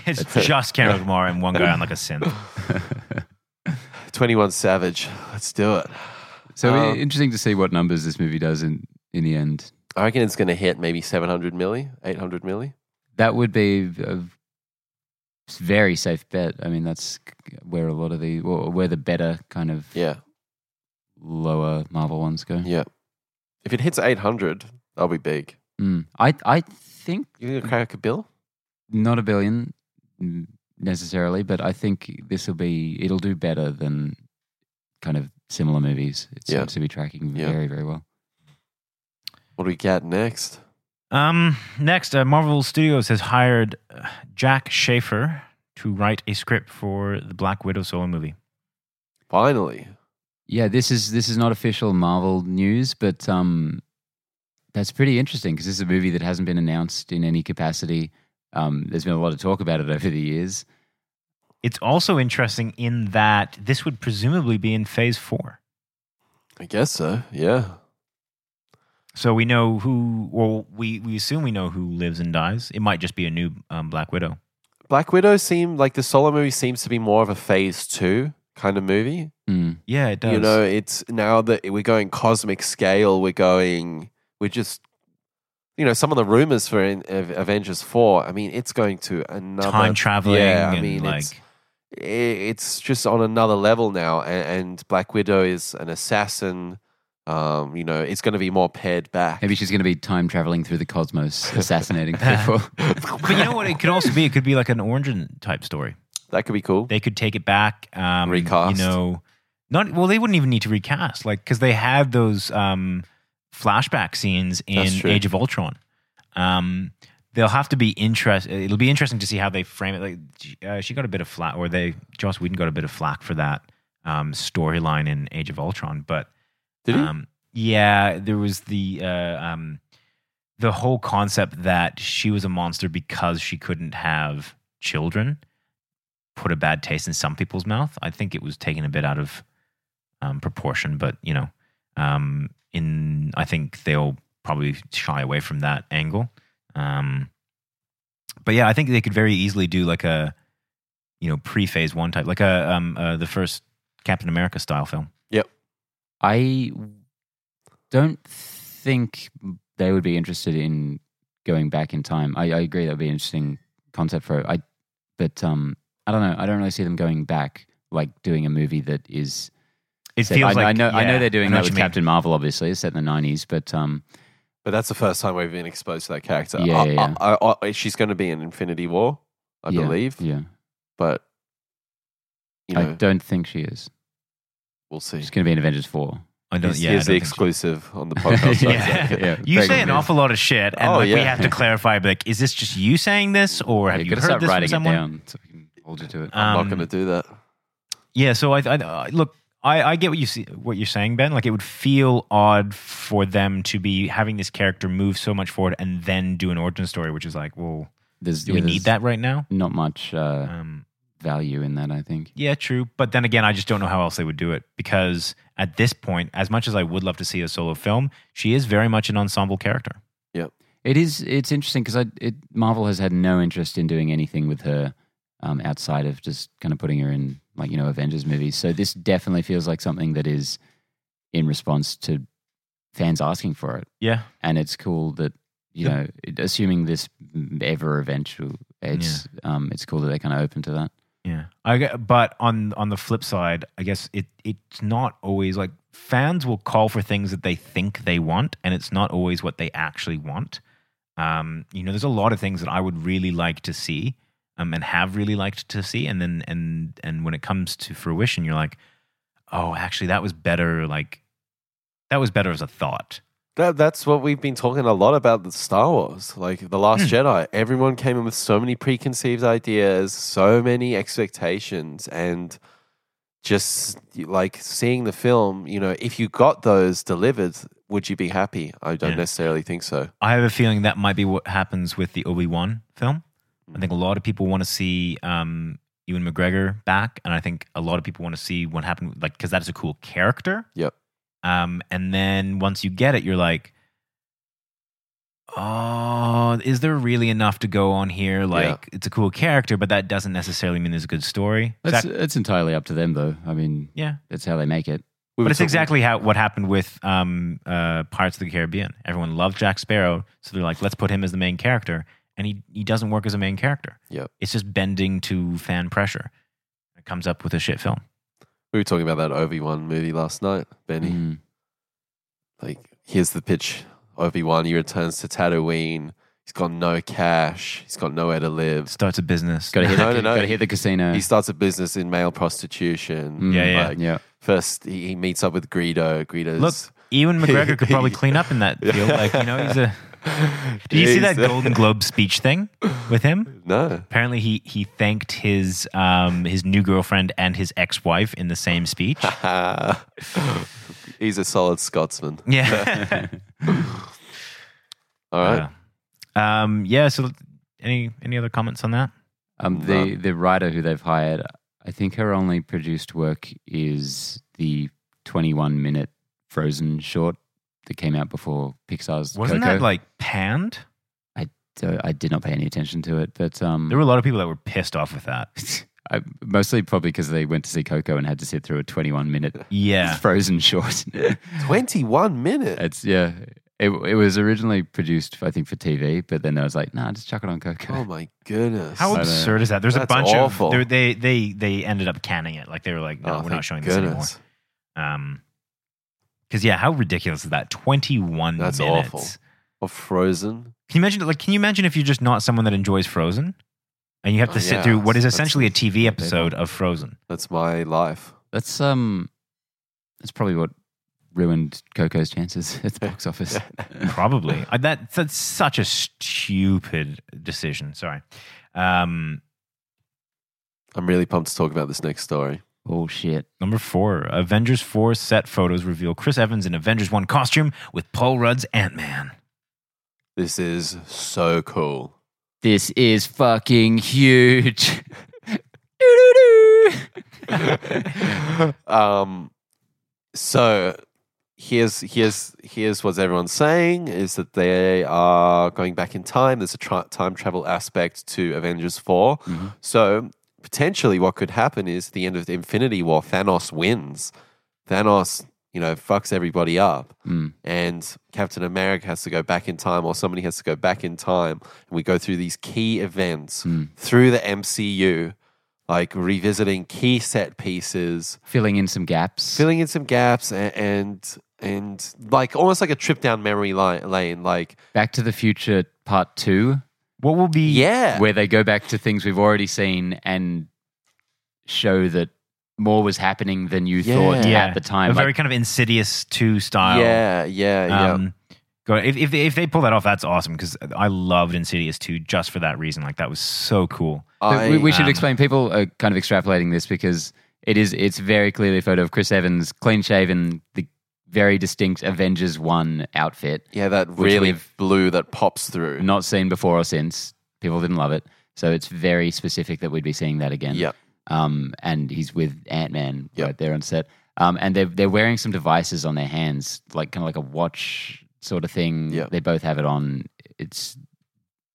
Speaker 2: it's
Speaker 1: That's it.
Speaker 2: just kendrick lamar and one guy on like a synth
Speaker 1: 21 Savage. Let's do it.
Speaker 3: So it'll
Speaker 1: Um,
Speaker 3: be interesting to see what numbers this movie does in, in the end.
Speaker 1: I reckon it's going to hit maybe 700 milli, 800 milli.
Speaker 3: That would be a very safe bet. I mean, that's where a lot of the well, where the better kind of
Speaker 1: Yeah.
Speaker 3: lower Marvel ones go.
Speaker 1: Yeah. If it hits 800, that'll be big.
Speaker 3: Mm. I I think
Speaker 1: You going to crack a bill?
Speaker 3: not a billion mm, necessarily, but I think this will be it'll do better than kind of similar movies. It
Speaker 1: Yeah.
Speaker 3: seems to be tracking
Speaker 1: Yeah.
Speaker 3: very very well.
Speaker 1: What do we get next?
Speaker 2: Um, next, uh, Marvel Studios has hired uh, Jack Schaefer to write a script for the Black Widow solo movie.
Speaker 1: Finally.
Speaker 3: Yeah, this is this is not official Marvel news, but um, that's pretty interesting because this is a movie that hasn't been announced in any capacity. Um, there's been a lot of talk about it over the years.
Speaker 2: It's also interesting in that this would presumably be in phase four.
Speaker 1: I guess so. Yeah.
Speaker 2: So we know who, or we, we assume we know who lives and dies. It might just be a new um, Black Widow.
Speaker 1: Black Widow seemed like the solo movie seems to be more of a phase two kind of movie.
Speaker 3: Mm.
Speaker 2: Yeah, it does.
Speaker 1: You know, it's now that we're going cosmic scale, we're going, we're just, you know, some of the rumors for in, of Avengers 4, I mean, it's going to another
Speaker 2: time traveling.
Speaker 1: Yeah, I
Speaker 2: and
Speaker 1: mean,
Speaker 2: like,
Speaker 1: it's- i- it's just on another level now. And, and Black Widow is an assassin. Um, you know, it's going to be more pared back.
Speaker 3: Maybe she's going to be time traveling through the cosmos, assassinating people.
Speaker 2: but you know what? It could also be. It could be like an origin type story.
Speaker 1: that could be cool.
Speaker 2: They could take it back, um,
Speaker 1: Recast.
Speaker 2: You know, not well. They wouldn't even need to recast, like because they had those um, flashback scenes
Speaker 1: That's
Speaker 2: in
Speaker 1: true.
Speaker 2: Age of Ultron. Um, they'll have to be interest. It'll be interesting to see how they frame it. Like she- uh, she got a bit of flack, or they Joss Whedon got a bit of flack for that um, storyline in Age of Ultron, but.
Speaker 1: Did he?
Speaker 2: Um, yeah, there was the uh, um, the whole concept that she was a monster because she couldn't have children put a bad taste in some people's mouth. I think it was taken a bit out of um, proportion, but you know, um, in I think they'll probably shy away from that angle. Um, but yeah, I think they could very easily do like a you know pre phase one type, like a um, uh, the first Captain America style film.
Speaker 3: I don't think they would be interested in going back in time. I, I agree that would be an interesting concept for I, but um, I don't know. I don't really see them going back, like doing a movie that is.
Speaker 2: It
Speaker 3: set-
Speaker 2: feels
Speaker 3: I,
Speaker 2: like
Speaker 3: I know. I
Speaker 2: yeah,
Speaker 3: know they're doing
Speaker 2: know
Speaker 3: that
Speaker 2: what
Speaker 3: with
Speaker 2: you mean.
Speaker 3: Captain Marvel, obviously, it's set in the nineties. But um,
Speaker 1: But that's the first time we've been exposed to that character.
Speaker 3: Yeah,
Speaker 1: Uh,
Speaker 3: yeah,
Speaker 1: uh, uh, uh, she's going to be in Infinity War, I
Speaker 3: yeah,
Speaker 1: believe.
Speaker 3: Yeah,
Speaker 1: But you
Speaker 3: I
Speaker 1: know,
Speaker 3: don't think she is.
Speaker 1: we'll see.
Speaker 3: She's going to be in Avengers four.
Speaker 2: I don't.
Speaker 1: Here's,
Speaker 2: yeah, I
Speaker 1: here's
Speaker 2: don't
Speaker 1: the
Speaker 2: think so.
Speaker 1: exclusive on the podcast.
Speaker 2: Yeah.
Speaker 1: Isaac.
Speaker 3: yeah,
Speaker 2: You
Speaker 3: very
Speaker 2: say an
Speaker 3: good.
Speaker 2: awful lot of shit, and
Speaker 1: Oh,
Speaker 2: like, we
Speaker 1: yeah.
Speaker 2: have to clarify. Like, is this just you saying this, or have
Speaker 3: Yeah,
Speaker 2: you
Speaker 3: gotta
Speaker 2: heard
Speaker 3: start
Speaker 2: this from
Speaker 3: writing
Speaker 2: someone?
Speaker 3: it down so we can hold you to it.
Speaker 1: I'm
Speaker 2: Um,
Speaker 1: not going to do that.
Speaker 2: Yeah, so I, I I- look. I, I get what you see, what you're saying, Ben. Like it would feel odd for them to be having this character move so much forward and then do an origin story, which is like, well,
Speaker 3: There's,
Speaker 2: do we
Speaker 3: yeah,
Speaker 2: need
Speaker 3: there's
Speaker 2: that right now?
Speaker 3: Not much uh,
Speaker 2: Um,
Speaker 3: value in that, I think.
Speaker 2: yeah, true. But then again, I just don't know how else they would do it because at this point, as much as I would love to see a solo film, she is very much an ensemble character.
Speaker 3: It is. It's interesting because I it, Marvel has had no interest in doing anything with her um, outside of just kind of putting her in like you know Avengers movies. So this definitely feels like something that is in response to fans asking for it,
Speaker 2: Yeah,
Speaker 3: and it's cool that you
Speaker 2: Yeah.
Speaker 3: know it- assuming this ever eventual, it's um, it's cool that they're kind of open to that.
Speaker 2: Yeah, I get, but on on the flip side, I guess it it's not always like fans will call for things that they think they want, and it's not always what they actually want. Um, you know, there's a lot of things that I would really like to see, um, and have really liked to see, and then and and when it comes to fruition, you're like, oh, actually, that was better. Like, that was better as a thought.
Speaker 1: That, that's what we've been talking a lot about the Star Wars, like The Last
Speaker 2: Hmm.
Speaker 1: Jedi. Everyone came in with so many preconceived ideas, so many expectations, and just like seeing the film, you know, if you got those delivered, would you be happy? I don't
Speaker 2: Yeah.
Speaker 1: necessarily think so.
Speaker 2: I have a feeling that might be what happens with the Obi Wan film. I think a lot of people want to see um, Ewan McGregor back, and I think a lot of people want to see what happened, like because that is a cool character.
Speaker 1: Yep.
Speaker 2: Um, and then once you get it, you're like, oh, is there really enough to go on here? Like, it's a cool character, but that doesn't necessarily mean there's a good story.
Speaker 3: That's
Speaker 2: Exact-
Speaker 3: it's entirely up to them, though. I mean,
Speaker 2: yeah,
Speaker 3: that's how they make it.
Speaker 1: We were
Speaker 2: but it's
Speaker 1: talking-
Speaker 2: exactly how what happened with um, uh, Pirates of the Caribbean. Everyone loved Jack Sparrow, so they're like, let's put him as the main character, and he he doesn't work as a main character.
Speaker 1: Yep.
Speaker 2: it's just bending to fan pressure. It comes up with a shit film.
Speaker 1: We were talking about that Obi Wan movie last night, Benny.
Speaker 2: Hmm.
Speaker 3: Mm.
Speaker 1: Like, here's the pitch Obi Wan, he returns to Tatooine. He's got no cash. He's got nowhere to live.
Speaker 2: Starts a business.
Speaker 3: Got to hit.
Speaker 1: No,
Speaker 3: the,
Speaker 1: no, no.
Speaker 3: Got to hit the casino.
Speaker 1: He starts a business in male prostitution.
Speaker 3: Mm,
Speaker 2: Hmm. Yeah, yeah.
Speaker 1: Like,
Speaker 3: yeah.
Speaker 1: First, he he meets up with Greedo. Greedo's
Speaker 2: Look, Ewan McGregor could probably clean up in that field. Like you know, he's a Did you see that Golden Globe speech thing with him?
Speaker 1: No.
Speaker 2: Apparently, he he thanked his um his new girlfriend and his ex wife in the same speech.
Speaker 1: He's a solid Scotsman.
Speaker 2: Yeah.
Speaker 1: All right.
Speaker 2: Yeah. Um. Yeah. So, any any other comments on that?
Speaker 3: Um, the the writer who they've hired, I think her only produced work is the 21 minute Frozen short that came out before Pixar's
Speaker 2: Wasn't
Speaker 3: Coco.
Speaker 2: that like panned?
Speaker 3: so I did not pay any attention to it, but um,
Speaker 2: There were a lot of people that were pissed off with that.
Speaker 3: I, mostly probably because they went to see Coco and had to sit through a 21 minute
Speaker 2: Yeah.
Speaker 3: Frozen short.
Speaker 1: 21 minutes.
Speaker 3: it's yeah. It, it was originally produced, I think, for TV, but then I was like, nah, just chuck it on Coco.
Speaker 1: Oh my goodness. Oh
Speaker 2: How
Speaker 3: I know.
Speaker 2: absurd is that? There's a
Speaker 1: That's
Speaker 2: bunch
Speaker 1: awful.
Speaker 2: of they're- they they they ended up canning it. Like they were like,
Speaker 1: Oh,
Speaker 2: no, we're
Speaker 1: thank
Speaker 2: not showing
Speaker 1: goodness.
Speaker 2: this anymore. Um, because yeah, how ridiculous is that? Twenty one.
Speaker 1: That's
Speaker 2: minutes.
Speaker 1: awful. Or Frozen.
Speaker 2: Can you imagine? Like, can you imagine if you're just not someone that enjoys Frozen, and you have to
Speaker 1: Oh,
Speaker 2: sit
Speaker 1: yeah,
Speaker 2: through what is
Speaker 1: that's-
Speaker 2: essentially a TV
Speaker 3: that's-
Speaker 2: episode of Frozen?
Speaker 1: That's my life.
Speaker 3: That's um, that's probably what ruined Coco's chances at the box office.
Speaker 2: Probably. I, that that's such a stupid decision. Sorry. Um,
Speaker 1: I'm really pumped to talk about this next story.
Speaker 3: oh shit!
Speaker 2: Number four, Avengers 4 set photos reveal Chris Evans in Avengers 1 costume with Paul Rudd's Ant Man.
Speaker 1: This is so cool.
Speaker 3: This is fucking huge. Doo-doo-doo. Mm-hmm.
Speaker 1: um, so here's here's here's what everyone's saying is that they are going back in time. There's a tra- time travel aspect to Avengers 4
Speaker 3: Mhm.
Speaker 1: So potentially, what could happen is at the end of Infinity War, Thanos wins. Thanos, you know, fucks everybody up,
Speaker 3: Mm.
Speaker 1: and Captain America has to go back in time, or somebody has to go back in time, and we go through these key events
Speaker 3: Mm.
Speaker 1: through the MCU. Like revisiting key set pieces,
Speaker 3: Filling in some gaps.
Speaker 1: filling in some gaps and and, and like almost like a trip down memory li- lane. Like
Speaker 3: Back to the Future Part Two,
Speaker 2: What will be.
Speaker 1: yeah,
Speaker 3: where they go back to things we've already seen and show that more was happening than you thought
Speaker 1: Yeah.
Speaker 3: at the time.
Speaker 2: A
Speaker 3: Like,
Speaker 2: very kind of insidious 2 style.
Speaker 1: yeah, yeah, yeah.
Speaker 2: Um, go, if, if, if they pull that off, that's awesome because I loved Insidious 2 just for that reason. Like, that was so cool.
Speaker 1: I,
Speaker 3: we, we should
Speaker 2: um,
Speaker 3: explain. People are kind of extrapolating this because it is it's very clearly a photo of Chris Evans, clean shaven, the very distinct Avengers one outfit,
Speaker 1: yeah, that
Speaker 3: which
Speaker 1: really
Speaker 3: we've-
Speaker 1: blue that pops through.
Speaker 3: not seen before or since. People didn't love it, so it's very specific that we'd be seeing that again.
Speaker 1: Yep.
Speaker 3: Um, and he's with Ant Man
Speaker 1: Yep.
Speaker 3: right there on set. Um, and they're they're wearing some devices on their hands, like kind of like a watch sort of thing.
Speaker 1: Yep.
Speaker 3: They both have it on. It's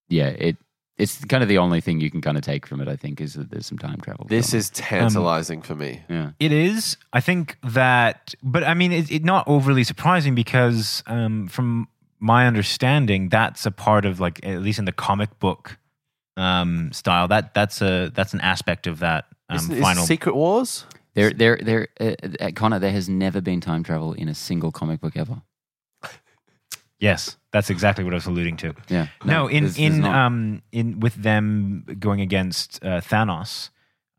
Speaker 3: yeah, it. It's kind of the only thing you can kind of take from it, I think, is that there's some time travel.
Speaker 1: This
Speaker 3: going
Speaker 1: is tantalizing for me.
Speaker 3: on. yeah.
Speaker 2: It is. I think that, but I mean, it's it not overly surprising because, um, from my understanding, that's a part of like at least in the comic book um, style. That that's a that's an aspect of that um,
Speaker 1: Isn't- is
Speaker 2: final.
Speaker 1: Secret Wars?
Speaker 3: There, there, there. Uh, uh, Connor, there has never been time travel in a single comic book ever.
Speaker 2: yes, that's exactly what I was alluding to.
Speaker 3: Yeah.
Speaker 2: No, in
Speaker 3: there's- there's
Speaker 2: in
Speaker 3: not.
Speaker 2: um in with them going against uh, Thanos,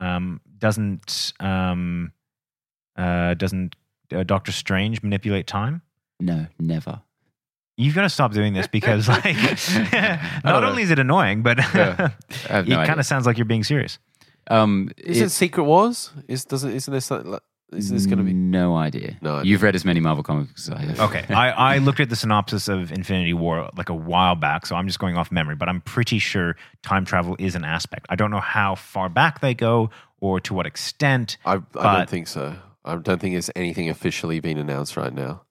Speaker 2: um, doesn't um, uh, doesn't uh, Doctor Strange manipulate time?
Speaker 3: no, never.
Speaker 2: You've got to stop doing this because, like, not
Speaker 3: Oh.
Speaker 2: only is it annoying, but
Speaker 3: Yeah. I have
Speaker 2: it
Speaker 3: no
Speaker 2: kind
Speaker 3: idea.
Speaker 2: of sounds like you're being serious.
Speaker 3: Um,
Speaker 1: Isn't
Speaker 3: it's-
Speaker 1: Secret Wars? Is doesn't isn't this like, like- isn't this going to be?
Speaker 3: No idea.
Speaker 1: No idea.
Speaker 3: You've read as many Marvel comics as I have.
Speaker 2: Okay, I, I looked at the synopsis of Infinity War like a while back, so I'm just going off memory, but I'm pretty sure time travel is an aspect. I don't know how far back they go or to what extent.
Speaker 1: I, I don't
Speaker 2: But-
Speaker 1: think so. I don't think there's anything officially being announced right now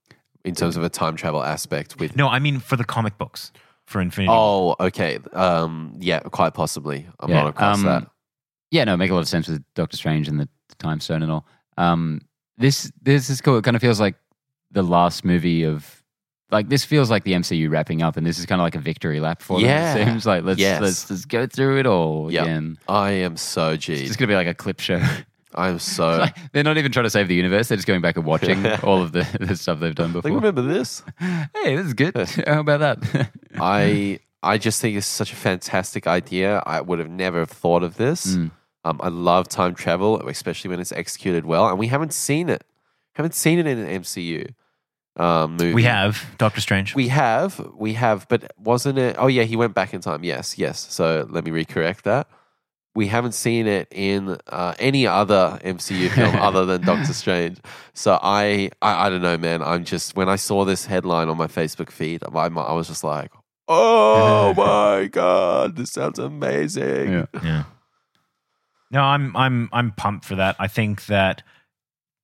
Speaker 1: in terms of a time travel aspect with
Speaker 2: No, I mean for the comic books for Infinity. War.
Speaker 1: Oh, okay. Um, yeah, quite possibly. I'm
Speaker 3: Yeah,
Speaker 1: not across
Speaker 3: um,
Speaker 1: that.
Speaker 3: Yeah, no, make a lot of sense with Doctor Strange and the Time Stone and all. Um, this this is cool. It kind of feels like the last movie of like this feels like the MCU wrapping up, and this is kind of like a victory lap for them.
Speaker 1: Yeah.
Speaker 3: It seems like let's
Speaker 1: Yes.
Speaker 3: let's just go through it all
Speaker 1: Yep.
Speaker 3: again.
Speaker 1: I am so
Speaker 3: It's
Speaker 1: G.
Speaker 3: just gonna be like a clip show.
Speaker 1: I am so.
Speaker 3: Like, they're not even trying to save the universe. They're just going back and watching all of the, the stuff they've done
Speaker 1: Like,
Speaker 3: before.
Speaker 1: remember this?
Speaker 3: Hey, this is good. How about that?
Speaker 1: I I just think it's such a fantastic idea. I would have never have thought of this.
Speaker 3: Mm.
Speaker 1: Um, I love time travel, especially when it's executed well, and we haven't seen it. Haven't seen it in an MCU. um, movie.
Speaker 2: We have Doctor Strange.
Speaker 1: We have, we have, but wasn't it? Oh yeah, he went back in time. Yes, yes. So let me recorrect that. We haven't seen it in uh, any other MCU film other than Doctor Strange. So I, I, I don't know, man. I'm just when I saw this headline on my Facebook feed, I, I was just like, oh my god, this sounds amazing.
Speaker 3: Yeah.
Speaker 2: yeah. No, I'm I'm I'm pumped for that. I think that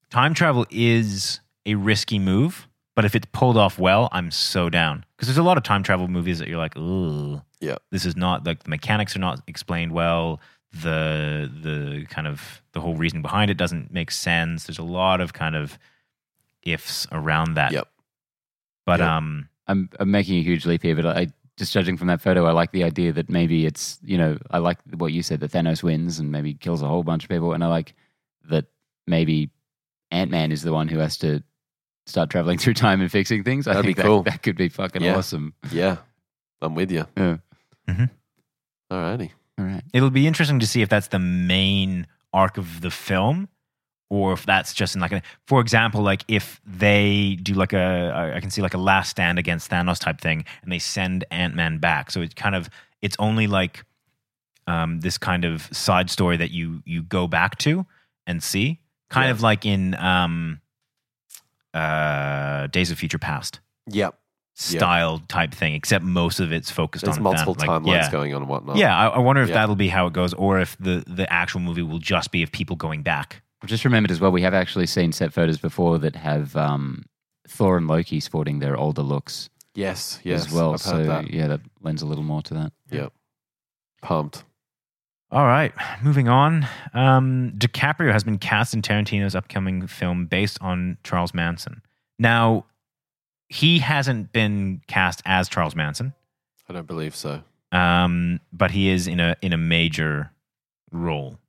Speaker 2: time travel is a risky move, but if it's pulled off well, I'm so down. Because there's a lot of time travel movies that you're like, ooh,
Speaker 1: Yeah.
Speaker 2: this is not like the mechanics are not explained well. The the kind of the whole reason behind it doesn't make sense. There's a lot of kind of ifs around that.
Speaker 1: Yep.
Speaker 2: But
Speaker 1: Yep.
Speaker 2: um,
Speaker 3: I'm I'm making a huge leap here, but I just judging from that photo, I like the idea that maybe it's you know I like what you said that Thanos wins and maybe kills a whole bunch of people, and I like that maybe Ant Man is the one who has to start traveling through time and fixing things. I
Speaker 1: That'd be
Speaker 3: think that,
Speaker 1: cool.
Speaker 3: that could be fucking
Speaker 1: Yeah.
Speaker 3: awesome.
Speaker 1: Yeah, I'm with you.
Speaker 3: Yeah.
Speaker 2: Mhm.
Speaker 1: Alrighty.
Speaker 3: All right.
Speaker 2: it'll be interesting to see if that's the main arc of the film or if that's just in like a, for example like if they do like a i can see like a last stand against thanos type thing and they send ant-man back so it's kind of it's only like um, this kind of side story that you you go back to and see kind
Speaker 1: Yeah.
Speaker 2: of like in um uh days of future past
Speaker 1: Yep. Yeah.
Speaker 2: style type thing except most of it's focused
Speaker 1: There's
Speaker 2: on
Speaker 1: multiple
Speaker 2: Thanos. Like,
Speaker 1: timelines
Speaker 2: yeah.
Speaker 1: going on and whatnot.
Speaker 2: Yeah, I, I wonder if
Speaker 1: Yeah.
Speaker 2: that'll be how it goes, or if the the actual movie will just be of people going back.
Speaker 3: I've just remembered as well. We have actually seen set photos before that have um, Thor and Loki sporting their older looks
Speaker 1: Yes. Yes.
Speaker 3: as well.
Speaker 1: I've
Speaker 3: so
Speaker 1: heard that.
Speaker 3: yeah, that lends a little more to that.
Speaker 1: Pumped.
Speaker 2: All right, moving on. Um, DiCaprio has been cast in Tarantino's upcoming film based on Charles Manson. Now, he hasn't been cast as Charles Manson,
Speaker 1: I don't believe so.
Speaker 2: um, but he is in a in a major role.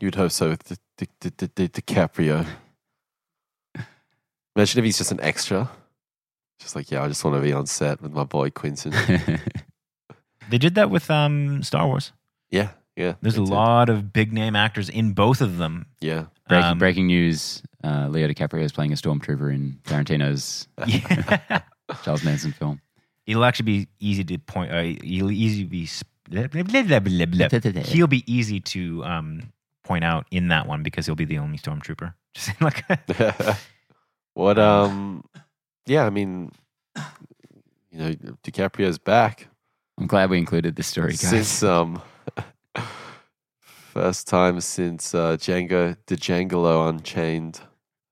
Speaker 1: You'd hope so with Di- Di- Di- Di- Di- DiCaprio. Imagine if he's just an extra. Just like, yeah, I just want to be on set with my boy Quentin.
Speaker 2: They did that with um, Star Wars.
Speaker 1: yeah, yeah.
Speaker 2: There's a
Speaker 1: that's it.
Speaker 2: lot of big name actors in both of them.
Speaker 1: Yeah.
Speaker 3: breaking,
Speaker 2: Um,
Speaker 3: breaking news: uh, Leo DiCaprio is playing a stormtrooper in Tarantino's
Speaker 2: Yeah.
Speaker 3: Charles Manson film.
Speaker 2: It'll actually be easy to point. Uh, he'll easy be. sp- bleh, bleh, bleh, bleh, bleh, bleh. He'll be easy to um, point out in that one because he'll be the only stormtrooper. Just like
Speaker 1: what, um, yeah, I mean, you know, DiCaprio's back
Speaker 3: I'm glad we included this story, guys.
Speaker 1: since, um, first time since uh, Django, Django Unchained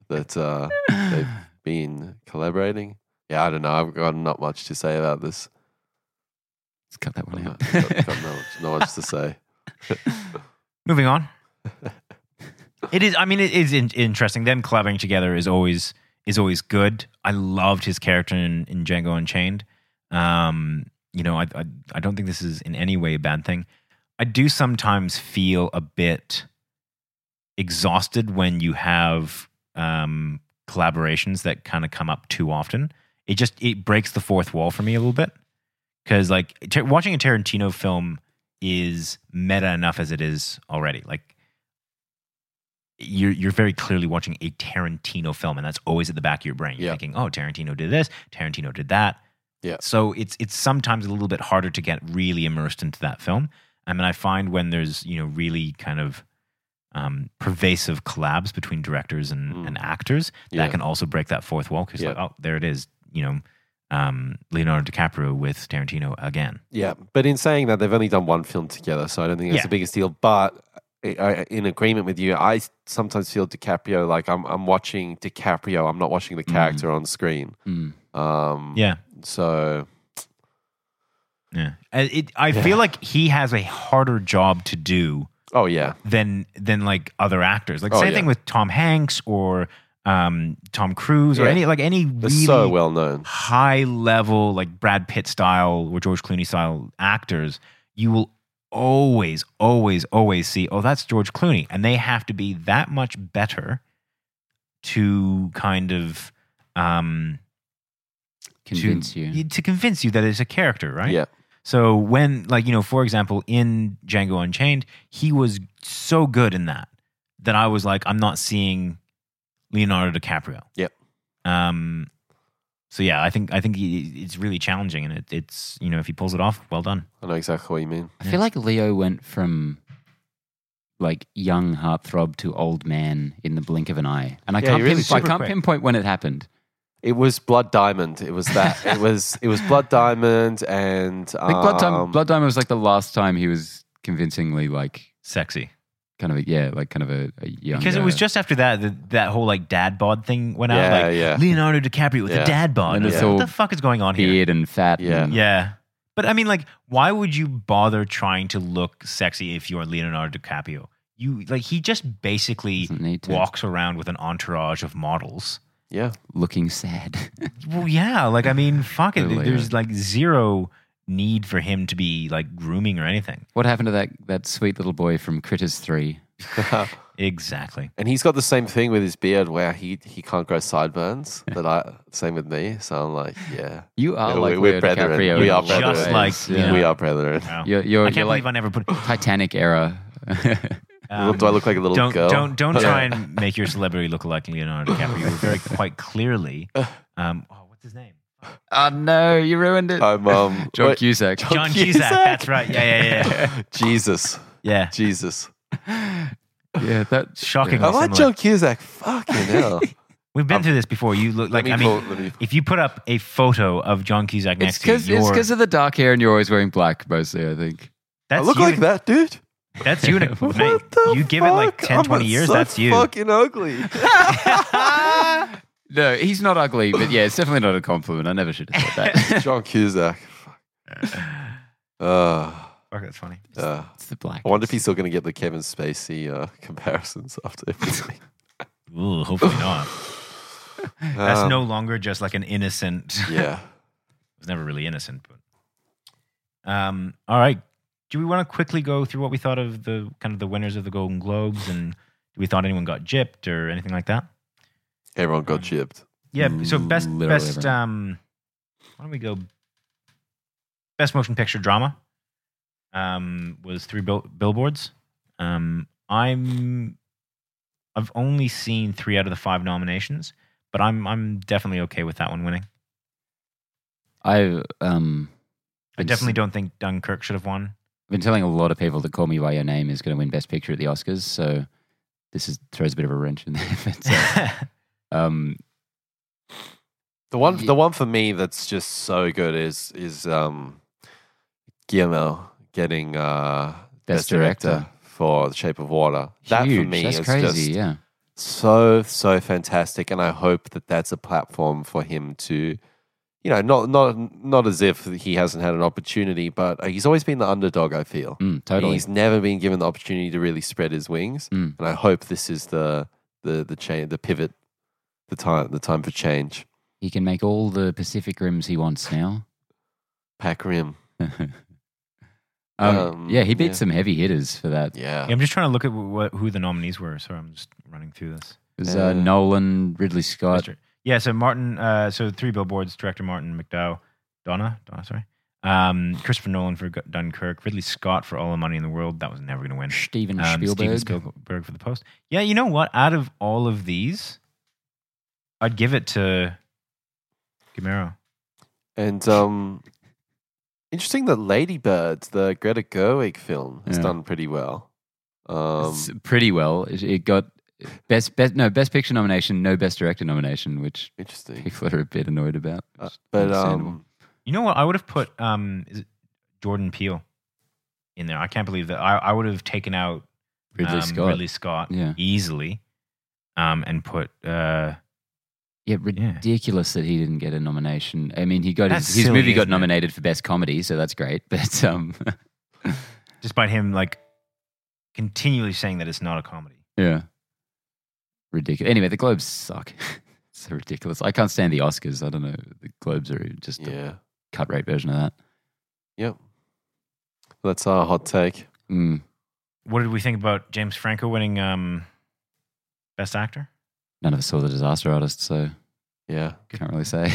Speaker 1: that, uh, they've been collaborating. Yeah, I don't know. I've got not much to say about this.
Speaker 3: Let's cut that
Speaker 1: Got
Speaker 3: one
Speaker 1: no,
Speaker 3: out.
Speaker 1: got, got no, much- not much to say.
Speaker 2: moving on. It is. I mean, it is in- interesting. Them collaborating together is always is always good. I loved his character in, in Django Unchained. Um, you know, I, I I don't think this is in any way a bad thing. I do sometimes feel a bit exhausted when you have um, collaborations that kind of come up too often. It just it breaks the fourth wall for me a little bit because like ta- watching a Tarantino film is meta enough as it is already. Like you're you're very clearly watching a Tarantino film, and that's always at the back of your brain. You're
Speaker 1: Yeah.
Speaker 2: thinking, oh, Tarantino did this, Tarantino did that.
Speaker 1: Yeah.
Speaker 2: So it's it's sometimes a little bit harder to get really immersed into that film. I mean, I find when there's you know really kind of um, pervasive collabs between directors and,
Speaker 1: Mm.
Speaker 2: and actors
Speaker 1: Yeah.
Speaker 2: that can also break that fourth wall because
Speaker 1: Yeah.
Speaker 2: like oh there it is you know um, Leonardo DiCaprio with Tarantino again.
Speaker 1: Yeah, but in saying that, they've only done one film together, so I don't think that's
Speaker 2: Yeah.
Speaker 1: the biggest deal. But I, I, in agreement with you, I s- sometimes feel DiCaprio like I'm I'm watching DiCaprio. I'm not watching the
Speaker 3: Mm.
Speaker 1: character on screen.
Speaker 3: Mm.
Speaker 1: Um,
Speaker 2: Mm-hmm. Yeah,
Speaker 1: So
Speaker 2: yeah. Uh, It, I
Speaker 1: Yeah.
Speaker 2: feel like he has a harder job to do
Speaker 1: oh yeah,
Speaker 2: than than like other actors. Like
Speaker 1: Oh,
Speaker 2: same
Speaker 1: yeah.
Speaker 2: thing with Tom Hanks or um, Tom Cruise or
Speaker 1: Yeah.
Speaker 2: any like any
Speaker 1: they're
Speaker 2: really
Speaker 1: so well known.
Speaker 2: high level like Brad Pitt style or George Clooney style actors, you will always, always, always see, oh, that's George Clooney. And they have to be that much better to kind of um
Speaker 3: Convince
Speaker 2: to,
Speaker 3: you.
Speaker 2: to convince you that it's a character, right?
Speaker 1: Yeah,
Speaker 2: So when, like, you know, for example, in Django Unchained, he was so good in that that I was like, I'm not seeing Leonardo DiCaprio.
Speaker 1: Yep.
Speaker 2: Um, So yeah, I think I think he, it's really challenging, and it, it's you know if he pulls it off, well done.
Speaker 1: I know exactly what you mean.
Speaker 3: I feel like Leo went from like young heartthrob to old man in the blink of an eye, and I
Speaker 1: Yeah,
Speaker 3: can't
Speaker 1: he really
Speaker 3: pin- I
Speaker 2: super
Speaker 3: can't
Speaker 2: quick.
Speaker 3: pinpoint when it happened.
Speaker 1: It was Blood Diamond. It was that. it was it was Blood Diamond and um,
Speaker 3: I think Blood, Diamond, Blood Diamond was like the last time he was convincingly like
Speaker 2: Sexy,
Speaker 3: kind of a yeah, like kind of a, a young
Speaker 2: because it was just after that that that whole like dad bod thing went out.
Speaker 1: Yeah,
Speaker 2: Like
Speaker 1: yeah.
Speaker 2: Leonardo DiCaprio with
Speaker 1: Yeah.
Speaker 2: a dad bod.
Speaker 3: And
Speaker 2: It's
Speaker 1: it's
Speaker 2: like,
Speaker 3: all
Speaker 2: What the fuck is going on here?
Speaker 3: beard and fat.
Speaker 1: Yeah.
Speaker 3: and-
Speaker 2: Yeah. But I mean, like, why would you bother trying to look sexy if you're Leonardo DiCaprio? You like he just basically
Speaker 3: doesn't need to
Speaker 2: walks around with an entourage of models.
Speaker 1: yeah.
Speaker 3: looking sad.
Speaker 2: Well, yeah, like I mean, fuck it.
Speaker 3: Totally,
Speaker 2: There's like zero need for him to be like grooming or anything.
Speaker 3: what happened to that that sweet little boy from Critters Three?
Speaker 2: Exactly.
Speaker 1: and he's got the same thing with his beard where he he can't grow sideburns. That I same with me. So I'm like, yeah,
Speaker 3: You are
Speaker 1: Yeah,
Speaker 3: like
Speaker 1: we- we're
Speaker 3: Leo
Speaker 1: brethren.
Speaker 3: DiCaprio
Speaker 1: We
Speaker 3: in
Speaker 1: are
Speaker 3: a lot of
Speaker 2: brethren. Just
Speaker 3: ways.
Speaker 2: like, Yeah.
Speaker 1: we are brethren.
Speaker 2: Wow.
Speaker 3: You're, you're,
Speaker 2: I can't
Speaker 3: you're
Speaker 2: believe
Speaker 3: like
Speaker 2: I never put.
Speaker 3: Titanic era.
Speaker 2: Um,
Speaker 1: Do I look like a little
Speaker 2: don't
Speaker 1: girl?
Speaker 2: don't don't
Speaker 1: Yeah.
Speaker 2: try and make your celebrity look like Leonardo DiCaprio. Very quite clearly. Um, oh, what's his name?
Speaker 1: Uh,
Speaker 3: oh no, you ruined it.
Speaker 1: I'm um.
Speaker 3: John
Speaker 1: wait,
Speaker 3: Cusack.
Speaker 1: John-
Speaker 2: John Cusack.
Speaker 1: Cusack.
Speaker 2: That's right. Yeah, yeah, yeah.
Speaker 1: Jesus,
Speaker 2: Yeah.
Speaker 1: Jesus. Oh,
Speaker 3: yeah, that
Speaker 2: Shocking.
Speaker 1: I like
Speaker 2: similar.
Speaker 1: John Cusack. Fucking hell.
Speaker 2: We've been through this before. You look like
Speaker 1: me
Speaker 2: I mean,
Speaker 1: pull- let me-
Speaker 2: if you put up a photo of John Cusack
Speaker 3: It's
Speaker 2: next to
Speaker 3: because
Speaker 2: you,
Speaker 3: it's
Speaker 2: you're-
Speaker 3: because of the dark hair, and you're always wearing black mostly. I think.
Speaker 1: I
Speaker 2: that's
Speaker 1: look
Speaker 2: you
Speaker 1: like
Speaker 2: in-
Speaker 1: that, dude.
Speaker 2: That's you. in a-
Speaker 3: What
Speaker 2: mate,
Speaker 1: What the
Speaker 2: you give it like
Speaker 1: fuck?
Speaker 2: 10,
Speaker 1: I'm
Speaker 2: 20 years.
Speaker 1: so
Speaker 2: that's you.
Speaker 1: Fucking ugly.
Speaker 3: No, he's not ugly, but yeah, it's definitely not a compliment. I never should have said that.
Speaker 1: John Cusack. Fuck. Uh,
Speaker 2: Fuck, that's funny.
Speaker 1: uh,
Speaker 3: it's the black.
Speaker 1: I wonder if he's still going to get the Kevin Spacey uh, comparisons after everything.
Speaker 2: Ooh, hopefully not. That's
Speaker 1: Um,
Speaker 2: no longer just like an innocent. it
Speaker 1: Yeah.
Speaker 2: was never really innocent. But. Um. All right. Do we want to quickly go through what we thought of the kind of the winners of the Golden Globes and do we thought anyone got gypped or anything like that?
Speaker 1: Everyone
Speaker 3: Mm.
Speaker 1: got chipped.
Speaker 2: Yeah. So best
Speaker 3: Literally
Speaker 2: best
Speaker 3: everyone.
Speaker 2: um, why don't we go? Best motion picture drama um was three bill- billboards. Um, I'm I've only seen three out of the five nominations, but I'm I'm definitely okay with that one winning.
Speaker 3: I um,
Speaker 2: I
Speaker 3: Been
Speaker 2: definitely
Speaker 3: s-
Speaker 2: don't think Dunkirk should have won.
Speaker 3: been telling a lot of people that "Call Me by Your Name" is going to win Best Picture at the Oscars, so this is throws a bit of a wrench in there. But, uh, um,
Speaker 1: The one,
Speaker 3: Ye-
Speaker 1: the one for me that's just so good is is um, Guillermo getting uh,
Speaker 3: Best Director.
Speaker 1: for The Shape of Water. That
Speaker 3: huge.
Speaker 1: for me
Speaker 3: that's
Speaker 1: is
Speaker 3: crazy.
Speaker 1: just
Speaker 3: yeah,
Speaker 1: so so fantastic, and I hope that that's a platform for him to, you know, not not not as if he hasn't had an opportunity, but uh, he's always been the underdog. I feel
Speaker 3: Mm, totally.
Speaker 1: he's never been given the opportunity to really spread his wings,
Speaker 3: Mm.
Speaker 1: and I hope this is the the the change, the pivot, the time, the time for change.
Speaker 3: He can make all the Pacific Rims he wants now.
Speaker 1: Pack rim.
Speaker 3: um,
Speaker 1: Um,
Speaker 3: yeah, he beat
Speaker 1: yeah.
Speaker 3: some heavy hitters for that.
Speaker 1: Yeah.
Speaker 2: Yeah, I'm just trying to look at what, who the nominees were. Sorry, I'm just running through this.
Speaker 3: It was uh,
Speaker 1: Uh,
Speaker 3: Nolan, Ridley Scott,
Speaker 2: Mister- Yeah, so Martin, uh, so three billboards, director Martin McDowell, Donna, Donna, sorry. Um, Christopher Nolan for Gu- Dunkirk, Ridley Scott for All the Money in the World. That was never going to win.
Speaker 3: Steven
Speaker 2: Um,
Speaker 3: Spielberg.
Speaker 2: Steven Spielberg for The Post. Yeah, you know what? Out of all of these, I'd give it to Gamero.
Speaker 1: And um, interesting that Lady Bird, the Greta Gerwig film, has
Speaker 3: Yeah.
Speaker 1: done pretty well. Um,
Speaker 3: It's pretty well. It, it got best, best, no best picture nomination, no best director nomination, which
Speaker 1: interesting.
Speaker 3: people are a bit annoyed about.
Speaker 1: Uh, but
Speaker 3: Understandable.
Speaker 1: um,
Speaker 2: You know what? I would have put um, is it Jordan Peele in there. I can't believe that. I, I would have taken out
Speaker 3: Ridley
Speaker 2: um,
Speaker 3: Scott,
Speaker 2: Ridley Scott
Speaker 3: yeah,
Speaker 2: easily um, and put. Uh,
Speaker 3: yeah, ridiculous that he didn't get a nomination. I mean, he got his,
Speaker 2: That's
Speaker 3: his
Speaker 2: silly,
Speaker 3: movie got
Speaker 2: isn't it?
Speaker 3: nominated for best comedy, so that's great. But um,
Speaker 2: despite him like continually saying that it's not a comedy.
Speaker 3: yeah, ridiculous. Anyway, the Globes suck. so ridiculous. I can't stand the Oscars. I don't know. The Globes are just
Speaker 1: yeah,
Speaker 3: a cut rate version of that.
Speaker 1: yep. That's our hot take.
Speaker 3: Mm.
Speaker 2: What did we think about James Franco winning um, Best Actor?
Speaker 3: None of us saw the Disaster Artist, so
Speaker 1: Yeah,
Speaker 3: can't really say.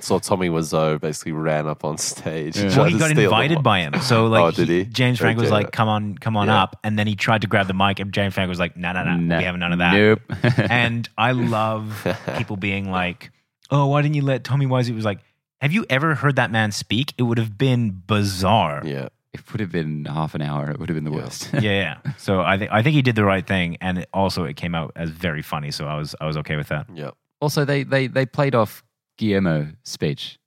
Speaker 1: saw Tommy Wiseau basically ran up on stage.
Speaker 3: Yeah.
Speaker 1: and
Speaker 3: Well,
Speaker 2: Well,
Speaker 1: tried
Speaker 2: he
Speaker 1: to
Speaker 2: got
Speaker 1: steal the
Speaker 2: invited
Speaker 1: mic.
Speaker 2: by him, so like
Speaker 1: Oh, did he?
Speaker 2: James Franco was
Speaker 1: Okay.
Speaker 2: like, "Come on, come on
Speaker 1: Yeah.
Speaker 2: up," and then he tried to grab the mic, and James Franco was like, "No, no, no,
Speaker 3: Nah,
Speaker 2: we have none of that."
Speaker 3: Nope.
Speaker 2: And I love people being like, oh, why didn't you let Tommy Wise? It was like, have you ever heard that man speak? It would have been bizarre.
Speaker 1: Yeah.
Speaker 3: It would have been half an hour. It would have been the
Speaker 1: Yeah.
Speaker 3: worst.
Speaker 2: yeah, yeah. So I think I think he did the right thing, and it also it came out as very funny. So I was I was okay with that.
Speaker 1: Yeah.
Speaker 3: also, they, they, they played off Guillermo's speech.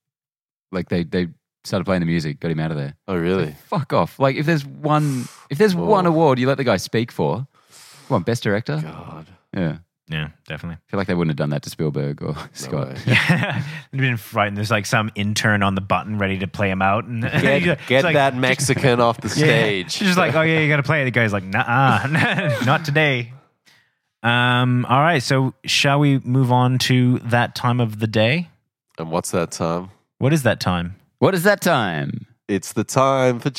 Speaker 3: Like they, they started playing the music, got him out of there.
Speaker 1: Oh, really?
Speaker 3: Fuck off. Like if there's one if there's
Speaker 1: Oh.
Speaker 3: one award you let the guy speak for, come on, best director?
Speaker 1: God.
Speaker 3: Yeah. I
Speaker 2: Yeah, definitely.
Speaker 3: feel like they wouldn't have done that to Spielberg or Scott.
Speaker 1: way.
Speaker 2: Yeah, I've been frightened. There's like some intern on the button ready to play him out, and
Speaker 1: Get,
Speaker 2: It's
Speaker 1: get
Speaker 2: like-
Speaker 1: that Mexican off the
Speaker 2: Yeah.
Speaker 1: stage.
Speaker 2: She's just like, oh yeah, you gotta play it. The guy's like, nah, not today. Um. All right. So shall we move on to that time of the day?
Speaker 1: and what's that time?
Speaker 2: What is that time?
Speaker 3: What is that time?
Speaker 1: It's the time for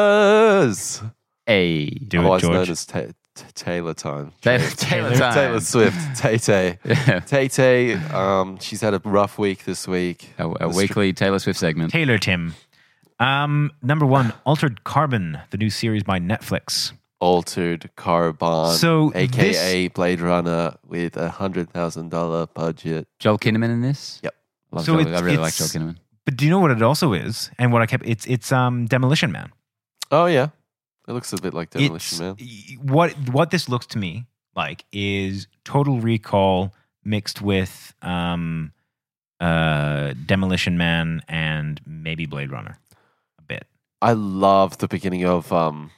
Speaker 1: trailers.
Speaker 3: A
Speaker 2: Do it,
Speaker 1: Otherwise
Speaker 2: George.
Speaker 1: known as ta- t- Taylor time.
Speaker 3: Taylor,
Speaker 1: Tra-
Speaker 3: Taylor
Speaker 2: Taylor-
Speaker 3: time.
Speaker 1: Taylor Swift. Tay Tay.
Speaker 3: Yeah.
Speaker 1: Tay Tay. Um, she's had a rough week this week.
Speaker 3: A, a
Speaker 1: The str-
Speaker 3: weekly Taylor Swift segment.
Speaker 2: Taylor Tim. Um. Number one, Altered Carbon, the new series by Netflix.
Speaker 1: Altered Carbon.
Speaker 2: So
Speaker 1: AKA Blade Runner with a hundred thousand dollar budget.
Speaker 3: Joel Kinnaman in this?
Speaker 1: Yep.
Speaker 3: Love
Speaker 2: So
Speaker 3: Joel-
Speaker 2: it's-
Speaker 3: I really like Joel
Speaker 2: it's-
Speaker 3: Kinnaman.
Speaker 2: But do you know what it also is? And what I kept it's it's um Demolition Man.
Speaker 1: Oh yeah, it looks a bit like Demolition Man.
Speaker 2: It's- y- What what this looks to me like is Total Recall mixed with um, uh, Demolition Man and maybe Blade Runner a bit.
Speaker 1: I love the beginning of um,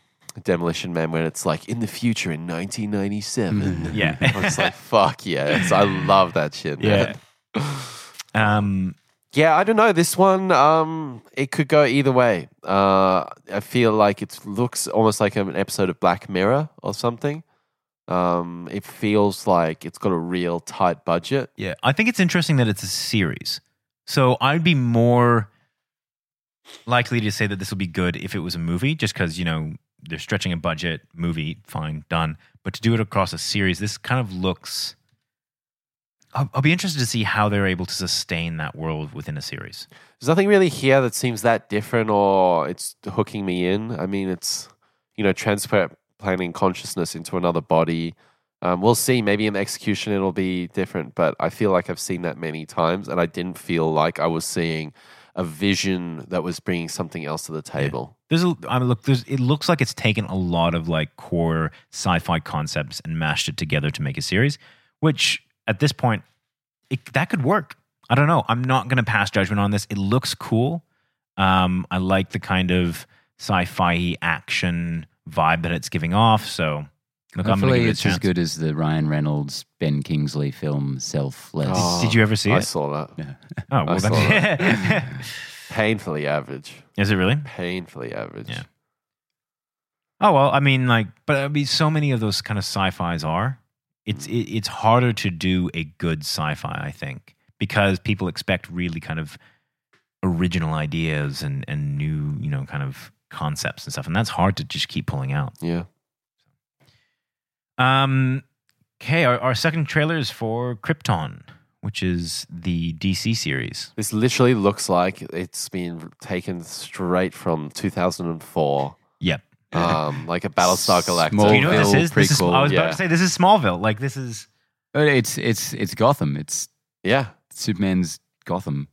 Speaker 1: Demolition Man when it's like in the future in 1997.
Speaker 2: Yeah.
Speaker 1: I was like, fuck yes, I love that shit. Man.
Speaker 2: Um,
Speaker 1: Yeah, I don't know. This one, um, it could go either way. Uh, I feel like it looks almost like an episode of Black Mirror or something. Um, it feels like it's got a real tight budget.
Speaker 2: yeah, I think it's interesting that it's a series. So I'd be more likely to say that this will be good if it was a movie, just because you know they're stretching a budget. Movie, fine, done. But to do it across a series, this kind of looks. I'll, I'll be interested to see how they're able to sustain that world within a series.
Speaker 1: There's nothing really here that seems that different or it's hooking me in. I mean, it's, you know, transplanting consciousness into another body. Um, we'll see. Maybe in execution it'll be different, but I feel like I've seen that many times and I didn't feel like I was seeing a vision that was bringing something else to the table.
Speaker 2: There's a I mean, look. There's it looks like it's taken a lot of like core sci-fi concepts and mashed it together to make a series, which at this point, it, that could work. I don't know. I'm not going to pass judgment on this. It looks cool. Um, I like the kind of sci-fi action vibe that it's giving off. So look, I'm going to
Speaker 3: Hopefully
Speaker 2: give it a
Speaker 3: it's
Speaker 2: chance.
Speaker 3: as good as the Ryan Reynolds, Ben Kingsley film Selfless.
Speaker 1: Oh.
Speaker 2: Did you ever see
Speaker 1: I
Speaker 2: it?
Speaker 1: saw that.
Speaker 2: Oh,
Speaker 1: I
Speaker 2: well,
Speaker 1: saw
Speaker 2: that's,
Speaker 1: Painfully average.
Speaker 2: is it really?
Speaker 1: Painfully average.
Speaker 2: Yeah. Oh well, I mean, like, but I mean, so many of those kind of sci-fi's are. It's
Speaker 3: Mm.
Speaker 2: it, it's harder to do a good sci-fi, I think, because people expect really kind of original ideas and and new, you know, kind of concepts and stuff, and that's hard to just keep pulling out.
Speaker 1: Yeah.
Speaker 2: Um, okay, our, our second trailer is for Krypton, which is the DC series.
Speaker 1: This literally looks like it's been taken straight from 2004.
Speaker 2: Yep.
Speaker 1: Um, like a Battlestar Galactica.
Speaker 3: Small
Speaker 2: Do you know what this
Speaker 3: Smallville
Speaker 2: is? This is I was about
Speaker 1: yeah.
Speaker 2: to say this is Smallville. Like this is
Speaker 3: Oh, It's it's it's Gotham. It's
Speaker 1: Yeah.
Speaker 3: Superman's Gotham.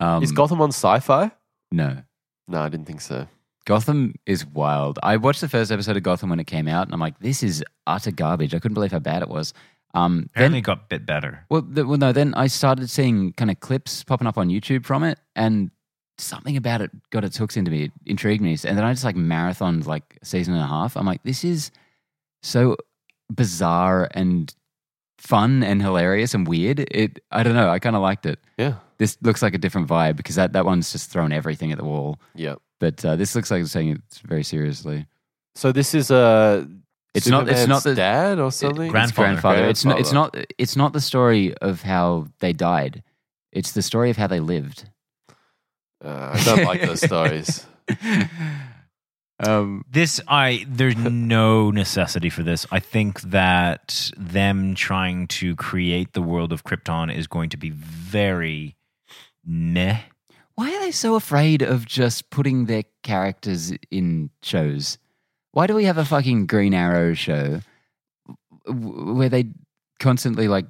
Speaker 3: Um,
Speaker 1: is Gotham on sci fi?
Speaker 3: No,
Speaker 1: No, I didn't think so.
Speaker 3: Gotham is wild. I watched the first episode of Gotham when it came out, and I'm like, this is utter garbage. I couldn't believe how bad it was. Um,
Speaker 2: apparently
Speaker 3: then,
Speaker 2: got a bit better.
Speaker 3: well, th- well, no. Then I started seeing kind of clips popping up on YouTube from it, and something about it got its hooks into me, it intrigued me, and then I just like marathoned like a season and a half. I'm like, this is so bizarre and fun and hilarious and weird. It, I don't know. I kind of liked it.
Speaker 1: Yeah.
Speaker 3: This looks like a different vibe because that, that one's just thrown everything at the wall.
Speaker 1: Yeah.
Speaker 3: But uh, this looks like it's taking it very seriously.
Speaker 1: So this is a.
Speaker 3: It's not- it's
Speaker 1: Superman's
Speaker 3: not the-
Speaker 1: dad or something.
Speaker 2: Grand- Grandfather.
Speaker 3: grandfather. It's not. It's not. It's not the story of how they died. It's the story of how they lived.
Speaker 1: Uh, I don't like those stories.
Speaker 3: um,
Speaker 2: This I there's no necessity for this. I think that them trying to create the world of Krypton is going to be very meh.
Speaker 3: why are they so afraid of just putting their characters in shows? Why do we have a fucking Green Arrow show w- where they constantly like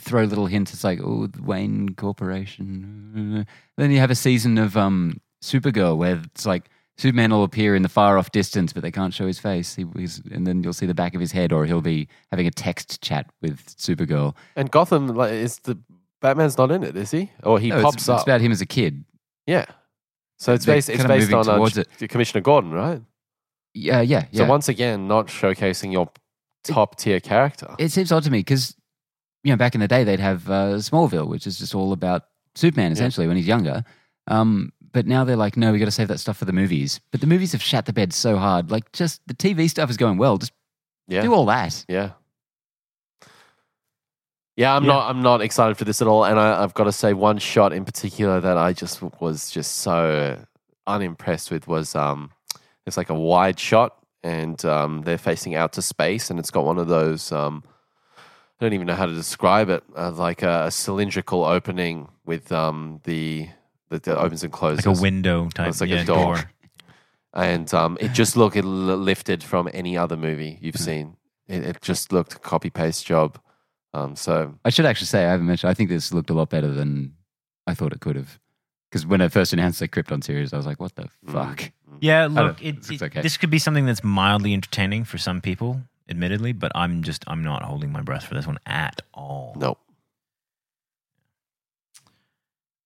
Speaker 3: throw little hints. It's like, oh, the Wayne Corporation. Then you have a season of um, Supergirl where it's like Superman will appear in the far off distance, but they can't show his face. He, he's, and then you'll see the back of his head, or he'll be having a text chat with Supergirl.
Speaker 1: And Gotham like, is the Batman's not in it, is he? Or he
Speaker 3: No, Oh, it's-
Speaker 1: pops
Speaker 3: it's,
Speaker 1: up.
Speaker 3: about him as a kid.
Speaker 1: yeah. So it's
Speaker 3: They're
Speaker 1: based, it's
Speaker 3: kinda
Speaker 1: based on
Speaker 3: moving
Speaker 1: uh,
Speaker 3: towards
Speaker 1: Commissioner Gordon, right?
Speaker 3: Yeah, yeah, yeah.
Speaker 1: So once again, not showcasing your top tier character.
Speaker 3: it seems odd to me because you know back in the day they'd have uh, Smallville, which is just all about Superman essentially when he's younger. Um, but now they're like, no, we got to save that stuff for the movies. But the movies have shat the bed so hard. Like, just the TV stuff is going well. Just
Speaker 1: yeah.
Speaker 3: do all that.
Speaker 1: Yeah. Yeah, I'm
Speaker 2: Yeah.
Speaker 1: not. I'm not excited for this at all, and I, I've got to say one shot in particular that I just was just so unimpressed with was um, it's like a wide shot, and um, they're facing out to space, and it's got one of those um, I don't even know how to describe it, uh, like a, cylindrical opening with um the that that opens and closes,
Speaker 2: like a window type.
Speaker 1: It's like a
Speaker 2: yeah,
Speaker 1: door. and um, it just looked it l- lifted from any other movie you've seen. It, it just looked a copy paste job. Um, so
Speaker 3: I should actually say I haven't mentioned. I think this looked a lot better than I thought it could have. Because when I first announced the Krypton series, I was like, what the fuck?
Speaker 2: Yeah, look,
Speaker 3: know. It's
Speaker 2: it, it-
Speaker 3: okay.
Speaker 2: this could be something that's mildly entertaining for some people, admittedly, but I'm just I'm not holding my breath for this one at all.
Speaker 1: no,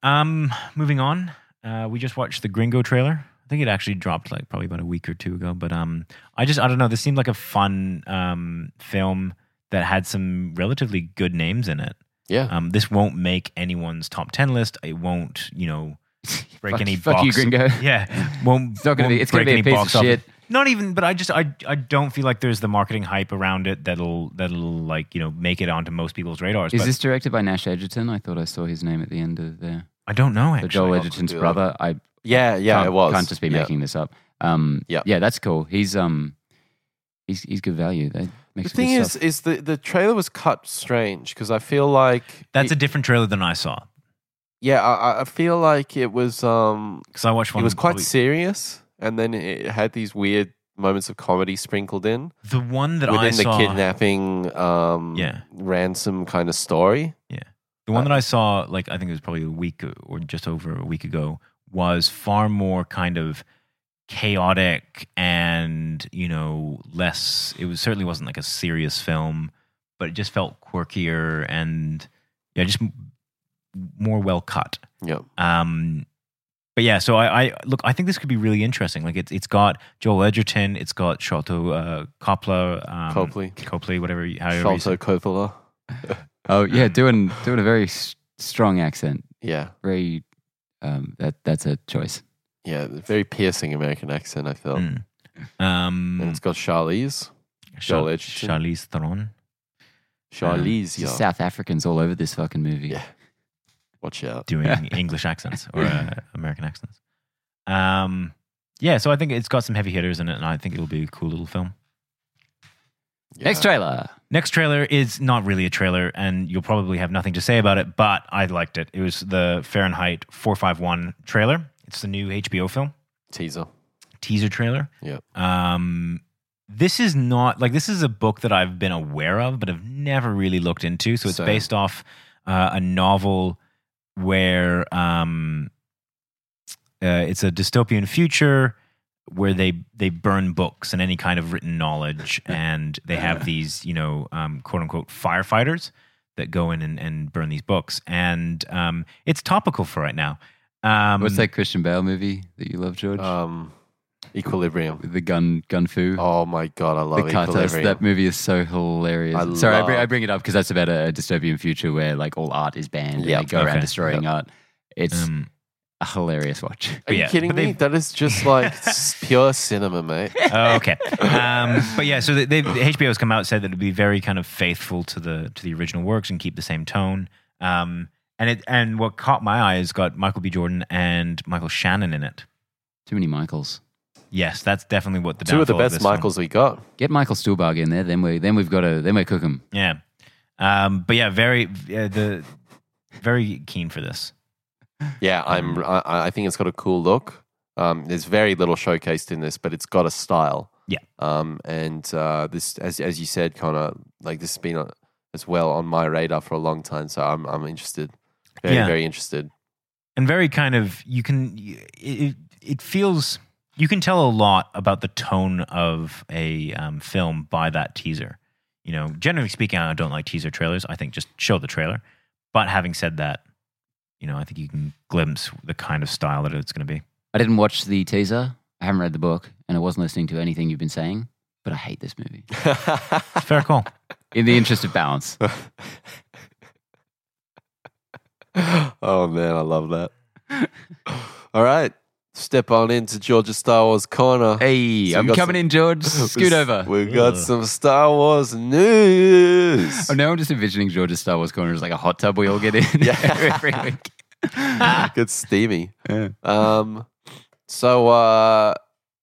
Speaker 2: Um, moving on, uh, we just watched the Gringo trailer. I think it actually dropped like probably about a week or two ago, but um, I just I don't know. This seemed like a fun um film that had some relatively good names in it.
Speaker 1: yeah,
Speaker 2: Um, this won't make anyone's top ten list. It won't, you know, break
Speaker 3: Fuck-
Speaker 2: any
Speaker 3: fuck
Speaker 2: box.
Speaker 3: you, Gringo.
Speaker 2: Yeah, won't.
Speaker 3: It's not gonna
Speaker 2: won't
Speaker 3: be- it's gonna
Speaker 2: break
Speaker 3: be a
Speaker 2: any
Speaker 3: piece
Speaker 2: box
Speaker 3: of
Speaker 2: office.
Speaker 3: shit.
Speaker 2: Not even, but I just I I don't feel like there's the marketing hype around it that'll that'll like you know make it onto most people's radars.
Speaker 3: Is
Speaker 2: but
Speaker 3: this directed by Nash Edgerton? I thought I saw his name at the end of there.
Speaker 2: I don't know
Speaker 3: So
Speaker 2: actually.
Speaker 3: Joel Edgerton's
Speaker 1: do that.
Speaker 3: brother. I
Speaker 1: yeah, yeah.
Speaker 3: can't,
Speaker 1: it was
Speaker 3: Can't just be
Speaker 1: Yeah.
Speaker 3: making this up. Um,
Speaker 1: Yeah.
Speaker 3: yeah, yeah, that's cool. He's um, he's he's good value. They
Speaker 1: The
Speaker 3: makes
Speaker 1: thing
Speaker 3: good
Speaker 1: is,
Speaker 3: stuff.
Speaker 1: is the the trailer was cut strange because I feel like
Speaker 2: That's
Speaker 1: it,
Speaker 2: a different trailer than I saw
Speaker 1: yeah. I, I- I feel like it was um
Speaker 2: because I watched
Speaker 1: it
Speaker 2: one.
Speaker 1: was quite
Speaker 2: probably-
Speaker 1: serious, and then it had these weird moments of comedy sprinkled in
Speaker 2: the one that I
Speaker 1: within the
Speaker 2: saw.
Speaker 1: kidnapping um
Speaker 2: Yeah.
Speaker 1: ransom kind of story.
Speaker 2: The one that
Speaker 1: uh,
Speaker 2: I saw, like I think it was probably a week or just over a week ago, was far more kind of chaotic and you know less. It was certainly wasn't like a serious film, but it just felt quirkier and yeah, just m- more well cut.
Speaker 1: Yeah,
Speaker 2: Um, but yeah, so I, I look. I think this could be really interesting. Like it's it's got Joel Edgerton, it's got Sholto uh, Coppola, um,
Speaker 1: Copley.
Speaker 2: Copley, whatever. you- However you
Speaker 1: Sholto
Speaker 2: say-
Speaker 1: Coppola.
Speaker 3: oh yeah, doing doing a very s- strong accent.
Speaker 1: Yeah,
Speaker 3: Very um, that that's a choice.
Speaker 1: yeah. Very piercing American accent. I felt,
Speaker 2: Mm. Um,
Speaker 1: and it's got Charlize.
Speaker 2: Char-
Speaker 1: Joel Edgerton.
Speaker 2: Charlize Theron.
Speaker 1: Charlize,
Speaker 3: It's just
Speaker 1: yeah.
Speaker 3: South Africans all over this fucking movie.
Speaker 1: Yeah. Watch out.
Speaker 2: doing English accents or uh, American accents. Um, yeah, so I think it's got some heavy hitters in it, and I think it'll be a cool little film.
Speaker 3: Next trailer.
Speaker 2: Next trailer is not really a trailer, and you'll probably have nothing to say about it, but I liked it. It was the Fahrenheit 451 trailer. It's the new HBO film
Speaker 1: teaser.
Speaker 2: teaser trailer.
Speaker 1: Yeah.
Speaker 2: Um, this is not like this is a book that I've been aware of, but I've never really looked into. So it's
Speaker 1: Same.
Speaker 2: based off uh, a novel where um, uh, it's a dystopian future where they they burn books and any kind of written knowledge, and they have these you know um, quote unquote firefighters that go in and, and burn these books, and um, it's topical for right now. Um,
Speaker 3: What's that Christian Bale movie that you love, George?
Speaker 1: Um, Equilibrium.
Speaker 3: With the gun gun fu.
Speaker 1: Oh my god, I love
Speaker 3: the cartels.
Speaker 1: Equilibrium.
Speaker 3: That movie is so hilarious.
Speaker 1: I
Speaker 3: Sorry, I bring,
Speaker 1: love-
Speaker 3: I bring it up because that's about a dystopian future where like all art is banned
Speaker 1: Yeah.
Speaker 3: and they go
Speaker 2: Okay.
Speaker 3: around destroying art. It's
Speaker 2: um,
Speaker 3: a hilarious watch.
Speaker 1: Are you
Speaker 2: yeah,
Speaker 1: kidding
Speaker 2: but
Speaker 1: me?
Speaker 2: they've-
Speaker 1: That is just like s- pure cinema, mate.
Speaker 2: oh, okay. Um, but yeah, so they, they, HBO has come out and said that it'd be very kind of faithful to the to the original works and keep the same tone. Um, and it and what caught my eye is got Michael B. Jordan and Michael Shannon in it.
Speaker 3: Too many Michaels. Yes.
Speaker 2: Yes, that's definitely what the
Speaker 1: Two of the
Speaker 2: downfall
Speaker 1: best
Speaker 2: this one-
Speaker 1: Michaels we got.
Speaker 3: Get Michael Stuhlbarg in there, then we then we've got to then we cook him.
Speaker 2: Yeah, um, but yeah, very uh, the very keen for this.
Speaker 1: Yeah, I'm. I, I think it's got a cool look. Um, there's very little showcased in this, but it's got a style.
Speaker 2: Yeah.
Speaker 1: Um, and uh, this, as as you said, Connor, like this has been a, as well on my radar for a long time. So I'm I'm interested, very
Speaker 2: Yeah.
Speaker 1: very interested.
Speaker 2: and very kind of you can it, it- it feels you can tell a lot about the tone of a um, film by that teaser you know generally speaking i don't like teaser trailers i think just show the trailer but having said that you know i think you can glimpse the kind of style that it's going to be
Speaker 3: I didn't watch the teaser. I haven't read the book, and I wasn't listening to anything you've been saying. But I hate this movie.
Speaker 2: fair call
Speaker 3: In the interest of balance,
Speaker 1: oh man, I love that. All right, step on into Georgia Star Wars corner.
Speaker 3: hey,
Speaker 1: So we
Speaker 3: I'm
Speaker 1: got
Speaker 3: coming
Speaker 1: some-
Speaker 3: in, George.
Speaker 1: We-
Speaker 3: Scoot over.
Speaker 1: We've got
Speaker 2: Ugh.
Speaker 1: some Star Wars news.
Speaker 3: Oh, now I'm just envisioning George's Star Wars corner as like a hot tub we all get in
Speaker 1: Yeah.
Speaker 3: every week.
Speaker 1: It's steamy.
Speaker 3: Yeah.
Speaker 1: Um, so uh,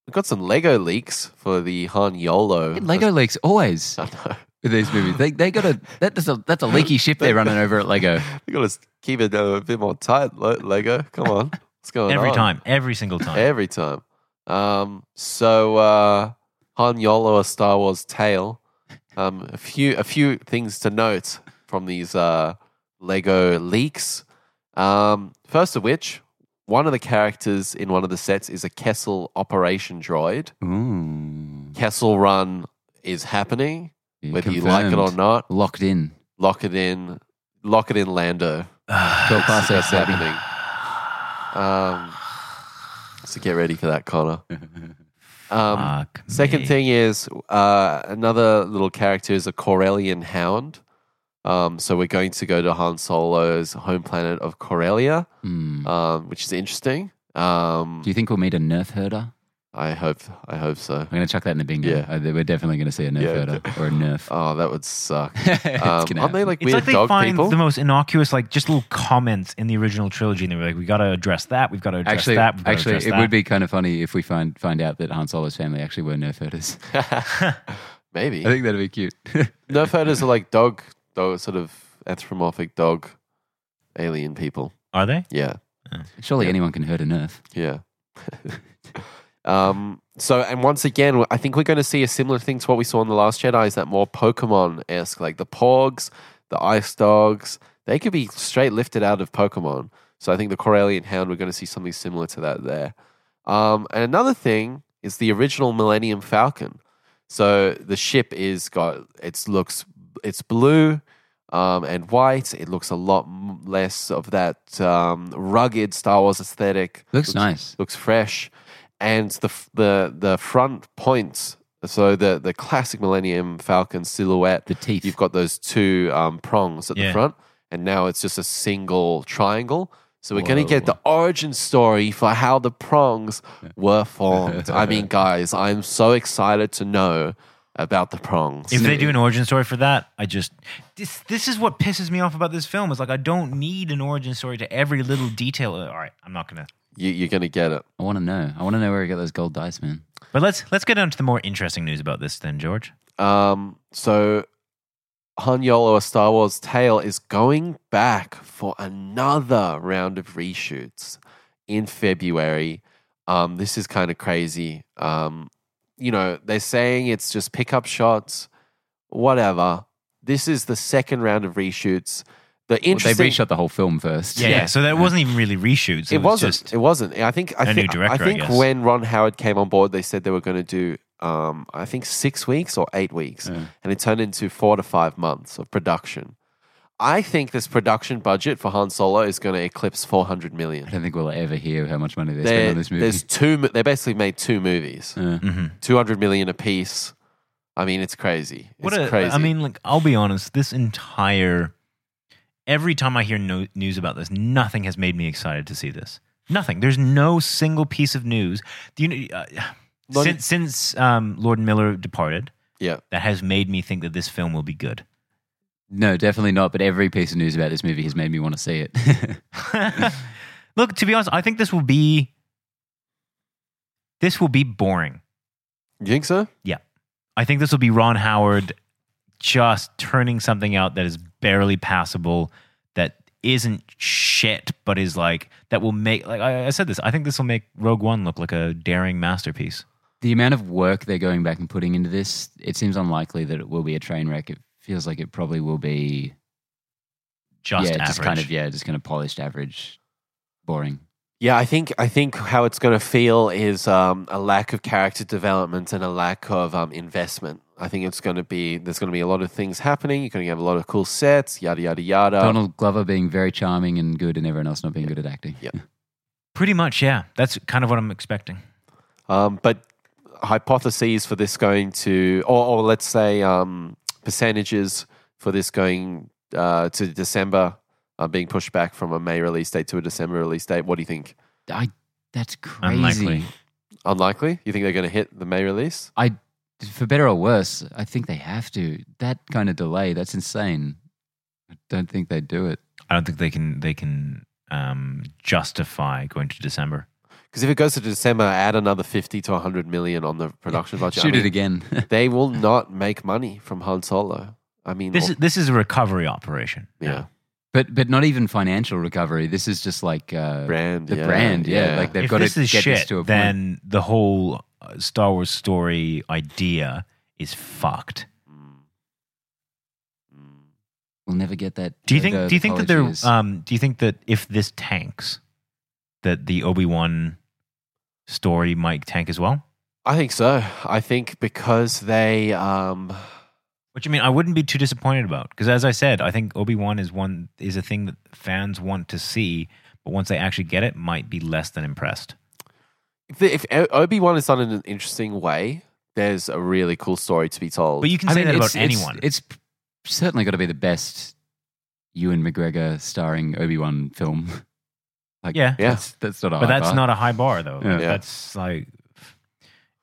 Speaker 1: we've got some Lego leaks for the Han Yolo.
Speaker 3: Lego leaks always
Speaker 1: I know.
Speaker 3: with these movies. They they got a that's a that's a leaky ship they're running over at Lego.
Speaker 1: You got to keep it uh, a bit more tight, Le- Lego. Come on, what's going on?
Speaker 2: every time every single time
Speaker 1: Every time. Um, so uh, Han Yolo, a Star Wars tale. Um, a few a few things to note from these uh, Lego leaks. Um, first of which, one of the characters in one of the sets is a Kessel operation droid.
Speaker 3: Ooh,
Speaker 1: Kessel Run is happening, whether you like it or
Speaker 3: Confirmed.
Speaker 1: not.
Speaker 3: Locked in.
Speaker 1: Lock it in, lock it in, Lando.
Speaker 3: Go past
Speaker 1: That's
Speaker 3: us, Abby.
Speaker 1: happening. Um, so get ready for that, Connor. Um,
Speaker 3: Ah,
Speaker 2: Fuck
Speaker 1: Second
Speaker 2: me.
Speaker 1: thing is uh, another little character is a Corellian hound. Um, so we're going to go to Han Solo's home planet of Corellia,
Speaker 3: Hmm.
Speaker 1: um, which is interesting. Um,
Speaker 3: Do you think we'll meet a nerf herder?
Speaker 1: I hope I hope so.
Speaker 3: I'm going to chuck that in the bingo.
Speaker 1: Yeah.
Speaker 3: Uh, we're definitely going to see a nerf
Speaker 1: Yeah.
Speaker 3: herder or a nerf.
Speaker 1: Oh, that would suck.
Speaker 3: It's
Speaker 1: Um,
Speaker 3: gonna
Speaker 1: aren't they
Speaker 3: happen.
Speaker 1: like
Speaker 2: it's
Speaker 1: weird
Speaker 2: like they
Speaker 1: dog
Speaker 2: find
Speaker 1: people?
Speaker 2: the most innocuous, like just little comments in the original trilogy, and they were like, "We got to address that. We've got to address
Speaker 3: actually,
Speaker 2: that. We've gotta
Speaker 3: actually,
Speaker 2: address
Speaker 3: it
Speaker 2: that.
Speaker 3: would be kind of funny if we find find out that Han Solo's family actually were nerf herders. I
Speaker 1: Maybe
Speaker 3: think that'd be cute.
Speaker 1: nerf herders are like dog, dog, sort of anthropomorphic dog, alien people.
Speaker 2: Are they?
Speaker 1: Yeah.
Speaker 3: Surely
Speaker 1: Yeah.
Speaker 3: anyone can hurt a nerf.
Speaker 1: Yeah. um, so, and once again, I think we're going to see a similar thing to what we saw in The Last Jedi is that more Pokemon esque, like the Pogs, the Ice Dogs, they could be straight lifted out of Pokemon. So, I think the Corellian Hound, we're going to see something similar to that there. Um, and another thing is the original Millennium Falcon. So, the ship is got, it looks, it's blue. Um, and white, it looks a lot m- less of that um, rugged Star Wars aesthetic
Speaker 3: Looks nice.
Speaker 1: looks fresh, and the f- the the front points. So the the classic Millennium Falcon silhouette,
Speaker 3: The teeth.
Speaker 1: you've got those two um, prongs at the
Speaker 2: Yeah.
Speaker 1: front, and now it's just a single triangle. So we're going to get
Speaker 3: Whoa.
Speaker 1: the origin story for how the prongs were formed. I mean, guys, I'm so excited to know about the prongs.
Speaker 2: If they do an origin story for that, I just this this is what pisses me off about this film. Is like I don't need an origin story to every little detail. All right, I'm not gonna.
Speaker 1: you, you're going to get it.
Speaker 3: I want to know. I want to know where I got those gold dice, man.
Speaker 2: But let's let's get on to the more interesting news about this then, George.
Speaker 1: Um, so Han Yolo, a Star Wars tale, is going back for another round of reshoots in February. Um, this is kind of crazy. Um, you know, they're saying it's just pickup shots, whatever. This is the second round of reshoots. The
Speaker 3: Well, they
Speaker 1: interesting
Speaker 3: reshot the whole film first.
Speaker 2: Yeah. So that wasn't even really reshoots. It,
Speaker 1: it
Speaker 2: was
Speaker 1: wasn't.
Speaker 2: just
Speaker 1: it wasn't. I think. I
Speaker 2: a new
Speaker 1: think. I
Speaker 2: director, I
Speaker 1: think
Speaker 2: guess.
Speaker 1: when Ron Howard came on board, they said they were going to do. Um, I think six weeks or eight weeks,
Speaker 3: Yeah.
Speaker 1: and it turned into four to five months of production. I think this production budget for Han Solo is going to eclipse four hundred
Speaker 3: I
Speaker 1: million.
Speaker 3: don't think we'll ever hear how much money they spent
Speaker 1: There-
Speaker 3: on this movie.
Speaker 1: There's two. mo- They basically made two movies,
Speaker 3: Uh,
Speaker 2: Mhm.
Speaker 1: two hundred million a piece. I mean, it's crazy. It's
Speaker 2: What a,
Speaker 1: crazy.
Speaker 2: I mean, like I'll be honest. This entire every time I hear no, news about this, nothing has made me excited to see this. Nothing. There's no single piece of news. Do you know? Uh,
Speaker 1: Lon-
Speaker 2: since since um, Lord Miller departed,
Speaker 1: yeah.
Speaker 2: that has made me think that this film will be good.
Speaker 3: no, definitely not. But every piece of news about this movie has made me want to see it.
Speaker 2: Look, to be honest, I think this will be this will be boring.
Speaker 1: You think so?
Speaker 2: I think this will be Ron Howard just turning something out that is barely passable, that isn't shit, but is like that will make like I, I said this. I think this will make Rogue One look like a daring masterpiece.
Speaker 3: the amount of work they're going back and putting into this, it seems unlikely that it will be a train wreck if, feels like it probably will be
Speaker 2: Just
Speaker 3: yeah,
Speaker 2: average.
Speaker 3: just kind of yeah, just kind of polished average, boring.
Speaker 1: Yeah, I think I think how it's going to feel is um, a lack of character development and a lack of um, investment. I think it's going to be there's going to be a lot of things happening. You're going to have a lot of cool sets, yada yada yada.
Speaker 3: Donald Glover being very charming and good, and everyone else not being good at acting.
Speaker 2: Pretty much, yeah. That's kind of what I'm expecting.
Speaker 1: Um, but hypotheses for this going to, or, or let's say um, percentages for this going uh, to December uh, being pushed back from a May release date to a December release date. What do you think?
Speaker 3: I that's crazy.
Speaker 2: Unlikely.
Speaker 1: Unlikely? You think they're going to hit the May release?
Speaker 3: I for better or worse, I think they have to. That kind of delay, that's insane. I don't think they do it.
Speaker 2: I don't think they can they can um, justify going to December.
Speaker 1: Because if it goes to December, add another 50 to 100 million on the production budget. I
Speaker 3: Shoot it
Speaker 1: mean,
Speaker 3: again.
Speaker 1: They will not make money from Han Solo. I mean,
Speaker 2: This
Speaker 1: or-
Speaker 2: is this is a recovery operation.
Speaker 1: yeah,
Speaker 3: but but not even financial recovery. This is just like uh,
Speaker 1: brand.
Speaker 3: the
Speaker 1: yeah,
Speaker 3: brand, yeah. Like they've
Speaker 2: if
Speaker 3: got
Speaker 2: this
Speaker 3: to
Speaker 2: is
Speaker 3: get
Speaker 2: shit,
Speaker 3: this to a point.
Speaker 2: then the whole uh, Star Wars story idea is fucked.
Speaker 1: Mm. Mm.
Speaker 3: we'll never get that.
Speaker 2: Do you think?
Speaker 3: Yoda
Speaker 2: do you think that they're?
Speaker 3: apologies.
Speaker 2: Um, do you think that if this tanks, that the Obi Wan story might tank as well?
Speaker 1: I think so. I think because they, um,
Speaker 2: Which I mean, I wouldn't be too disappointed about because, as I said, I think Obi Wan is one is a thing that fans want to see, but once they actually get it, might be less than impressed.
Speaker 1: if, if Obi Wan is done in an interesting way, there's a really cool story to be told.
Speaker 2: But you can say that about anyone.
Speaker 3: It's, it's certainly got to be the best Ewan McGregor starring Obi Wan film. Like,
Speaker 2: Yeah.
Speaker 1: Yeah.
Speaker 3: that's, that's not. a
Speaker 2: but
Speaker 3: high
Speaker 2: that's
Speaker 3: bar.
Speaker 2: not a high bar, though.
Speaker 3: Oh, Yeah.
Speaker 1: Yeah.
Speaker 2: That's like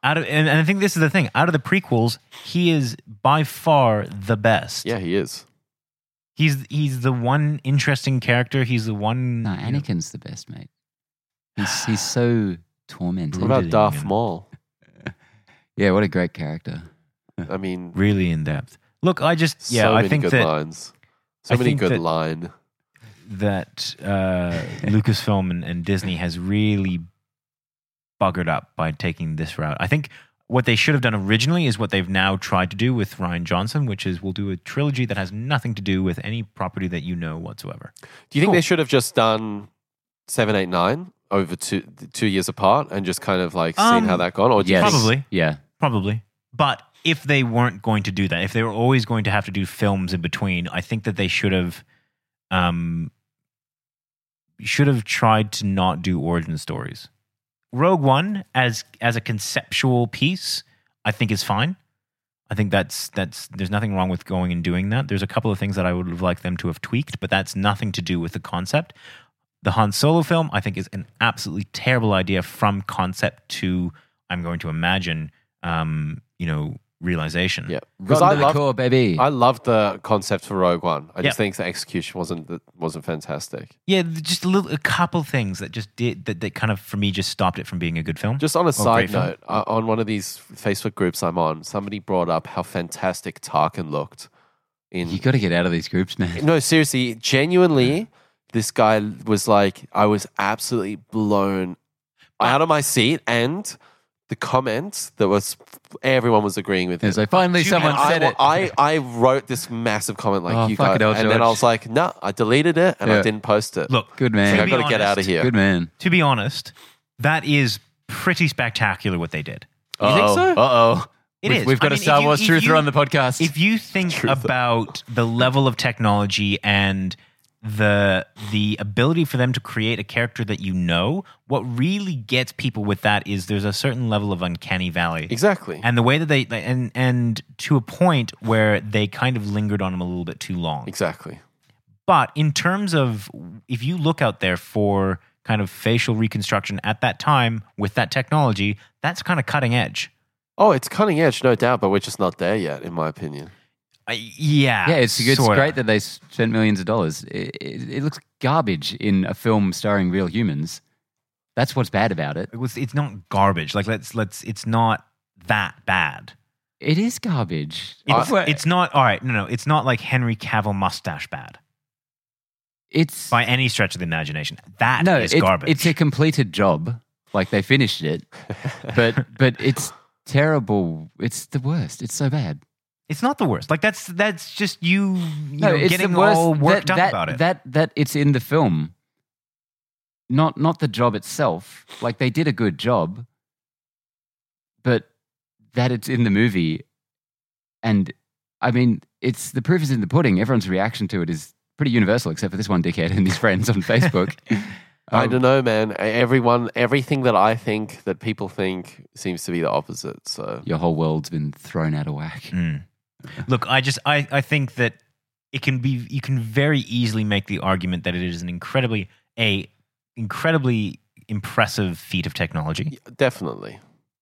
Speaker 2: out of, and, and I think this is the thing. Out of the prequels, he is by far the best.
Speaker 1: yeah, he is.
Speaker 2: he's he's the one interesting character. He's the one.
Speaker 3: No,
Speaker 2: you know,
Speaker 3: Anakin's the best, mate. He's he's so tormented.
Speaker 1: What about
Speaker 2: Indeed,
Speaker 1: Darth
Speaker 2: yeah.
Speaker 1: Maul?
Speaker 3: yeah, what a great character.
Speaker 1: I mean,
Speaker 2: really in depth. Look, I just yeah,
Speaker 1: so
Speaker 2: I
Speaker 1: many
Speaker 2: think
Speaker 1: good
Speaker 2: that
Speaker 1: lines. So
Speaker 2: I
Speaker 1: many
Speaker 2: think
Speaker 1: good
Speaker 2: that-
Speaker 1: line.
Speaker 2: that uh, Lucasfilm and, and Disney has really buggered up by taking this route. I think what they should have done originally is what they've now tried to do with Ryan Johnson, which is we'll do a trilogy that has nothing to do with any property that you know whatsoever.
Speaker 1: Do you think
Speaker 2: Cool.
Speaker 1: they should have just done seven, eight, nine over two two years apart and just kind of like seen
Speaker 2: Um,
Speaker 1: how that gone? Or do you
Speaker 3: Yes.
Speaker 1: think-
Speaker 2: Probably.
Speaker 3: Yeah,
Speaker 2: Probably. But if they weren't going to do that, if they were always going to have to do films in between, I think that they should have um should have tried to not do origin stories. Rogue One as as a conceptual piece, I think is fine. I think that's that's there's nothing wrong with going and doing that. There's a couple of things that I would have liked them to have tweaked, but that's nothing to do with the concept. The Han Solo film, I think, is an absolutely terrible idea from concept to I'm going to imagine, um, you know, realization.
Speaker 1: Yeah, because
Speaker 3: because
Speaker 1: I
Speaker 3: I the
Speaker 1: love
Speaker 3: core, baby.
Speaker 1: I loved the concept for Rogue One. I
Speaker 2: Yeah.
Speaker 1: just think the execution wasn't wasn't fantastic.
Speaker 2: yeah, th- just a little, a couple things that just did that, that kind of for me just stopped it from being a good film.
Speaker 1: Just on a side
Speaker 2: great film.
Speaker 1: note, uh, on one of these Facebook groups I'm on, somebody brought up how fantastic Tarkin looked.
Speaker 3: you
Speaker 1: In
Speaker 3: got to get out of these groups, man.
Speaker 1: no, seriously, genuinely, this guy was like, I was absolutely blown out of my seat, and the comments that was everyone was agreeing with. him.
Speaker 3: It's like finally
Speaker 2: Dude,
Speaker 3: someone
Speaker 1: And I,
Speaker 3: said it.
Speaker 1: I, I wrote this massive comment like
Speaker 3: Oh,
Speaker 1: you guys,
Speaker 3: fucking hell,
Speaker 1: and then I
Speaker 3: George.
Speaker 1: was like, no, I deleted it and I
Speaker 3: Yeah.
Speaker 1: didn't post it.
Speaker 2: Look,
Speaker 3: Good
Speaker 1: Like,
Speaker 3: man.
Speaker 1: I
Speaker 2: be
Speaker 1: got to get
Speaker 2: honest,
Speaker 1: out of here.
Speaker 3: Good man.
Speaker 2: to be honest, that is pretty spectacular what they did.
Speaker 1: You think so?
Speaker 3: Uh oh.
Speaker 2: It
Speaker 3: we've,
Speaker 2: is.
Speaker 3: We've got
Speaker 2: I
Speaker 3: a
Speaker 2: mean,
Speaker 3: Star
Speaker 2: if you-
Speaker 3: Wars
Speaker 2: if
Speaker 3: truther
Speaker 2: you-
Speaker 3: on the podcast.
Speaker 2: If you think about the level of technology and the the ability for them to create a character that you know, what really gets people with that is there's a certain level of uncanny valley.
Speaker 1: Exactly.
Speaker 2: And the way that they and and to a point where they kind of lingered on him a little bit too long.
Speaker 1: Exactly.
Speaker 2: But in terms of if you look out there for kind of facial reconstruction at that time with that technology, that's kind of cutting edge.
Speaker 1: Oh, it's cutting edge, no doubt, but we're just not there yet, in my opinion.
Speaker 2: Uh, yeah.
Speaker 3: yeah, it's, it's
Speaker 2: sorta.
Speaker 3: great that they spent millions of dollars. It, it, it looks garbage in a film starring real humans. That's what's bad about it.
Speaker 2: It was, it's not garbage. Like let's let's. It's not that bad.
Speaker 3: It is garbage.
Speaker 2: It's,
Speaker 3: Uh, Well,
Speaker 2: it's not all right. No, no. It's not like Henry Cavill mustache bad
Speaker 3: it's
Speaker 2: by any stretch of the imagination. That is
Speaker 3: no, it-
Speaker 2: garbage.
Speaker 3: It's a completed job. Like they finished it, but but it's terrible. It's the worst. It's so bad.
Speaker 2: It's not the worst. Like that's that's just you, you know,
Speaker 3: it's
Speaker 2: getting
Speaker 3: the worst
Speaker 2: all worked
Speaker 3: that,
Speaker 2: up
Speaker 3: that,
Speaker 2: about it.
Speaker 3: That that it's in the film. Not not the job itself. Like they did a good job, but that it's in the movie, and I mean, it's the proof is in the pudding. Everyone's reaction to it is pretty universal, except for this one dickhead and his friends on Facebook.
Speaker 1: I
Speaker 3: Um,
Speaker 1: don't know, man. E-, Everyone, everything that I think that people think seems to be the opposite. So
Speaker 3: Your whole world's been thrown out of whack.
Speaker 2: Mm. Look, I just I, I think that it can be you can very easily make the argument that it is an incredibly a incredibly impressive feat of technology.
Speaker 1: definitely,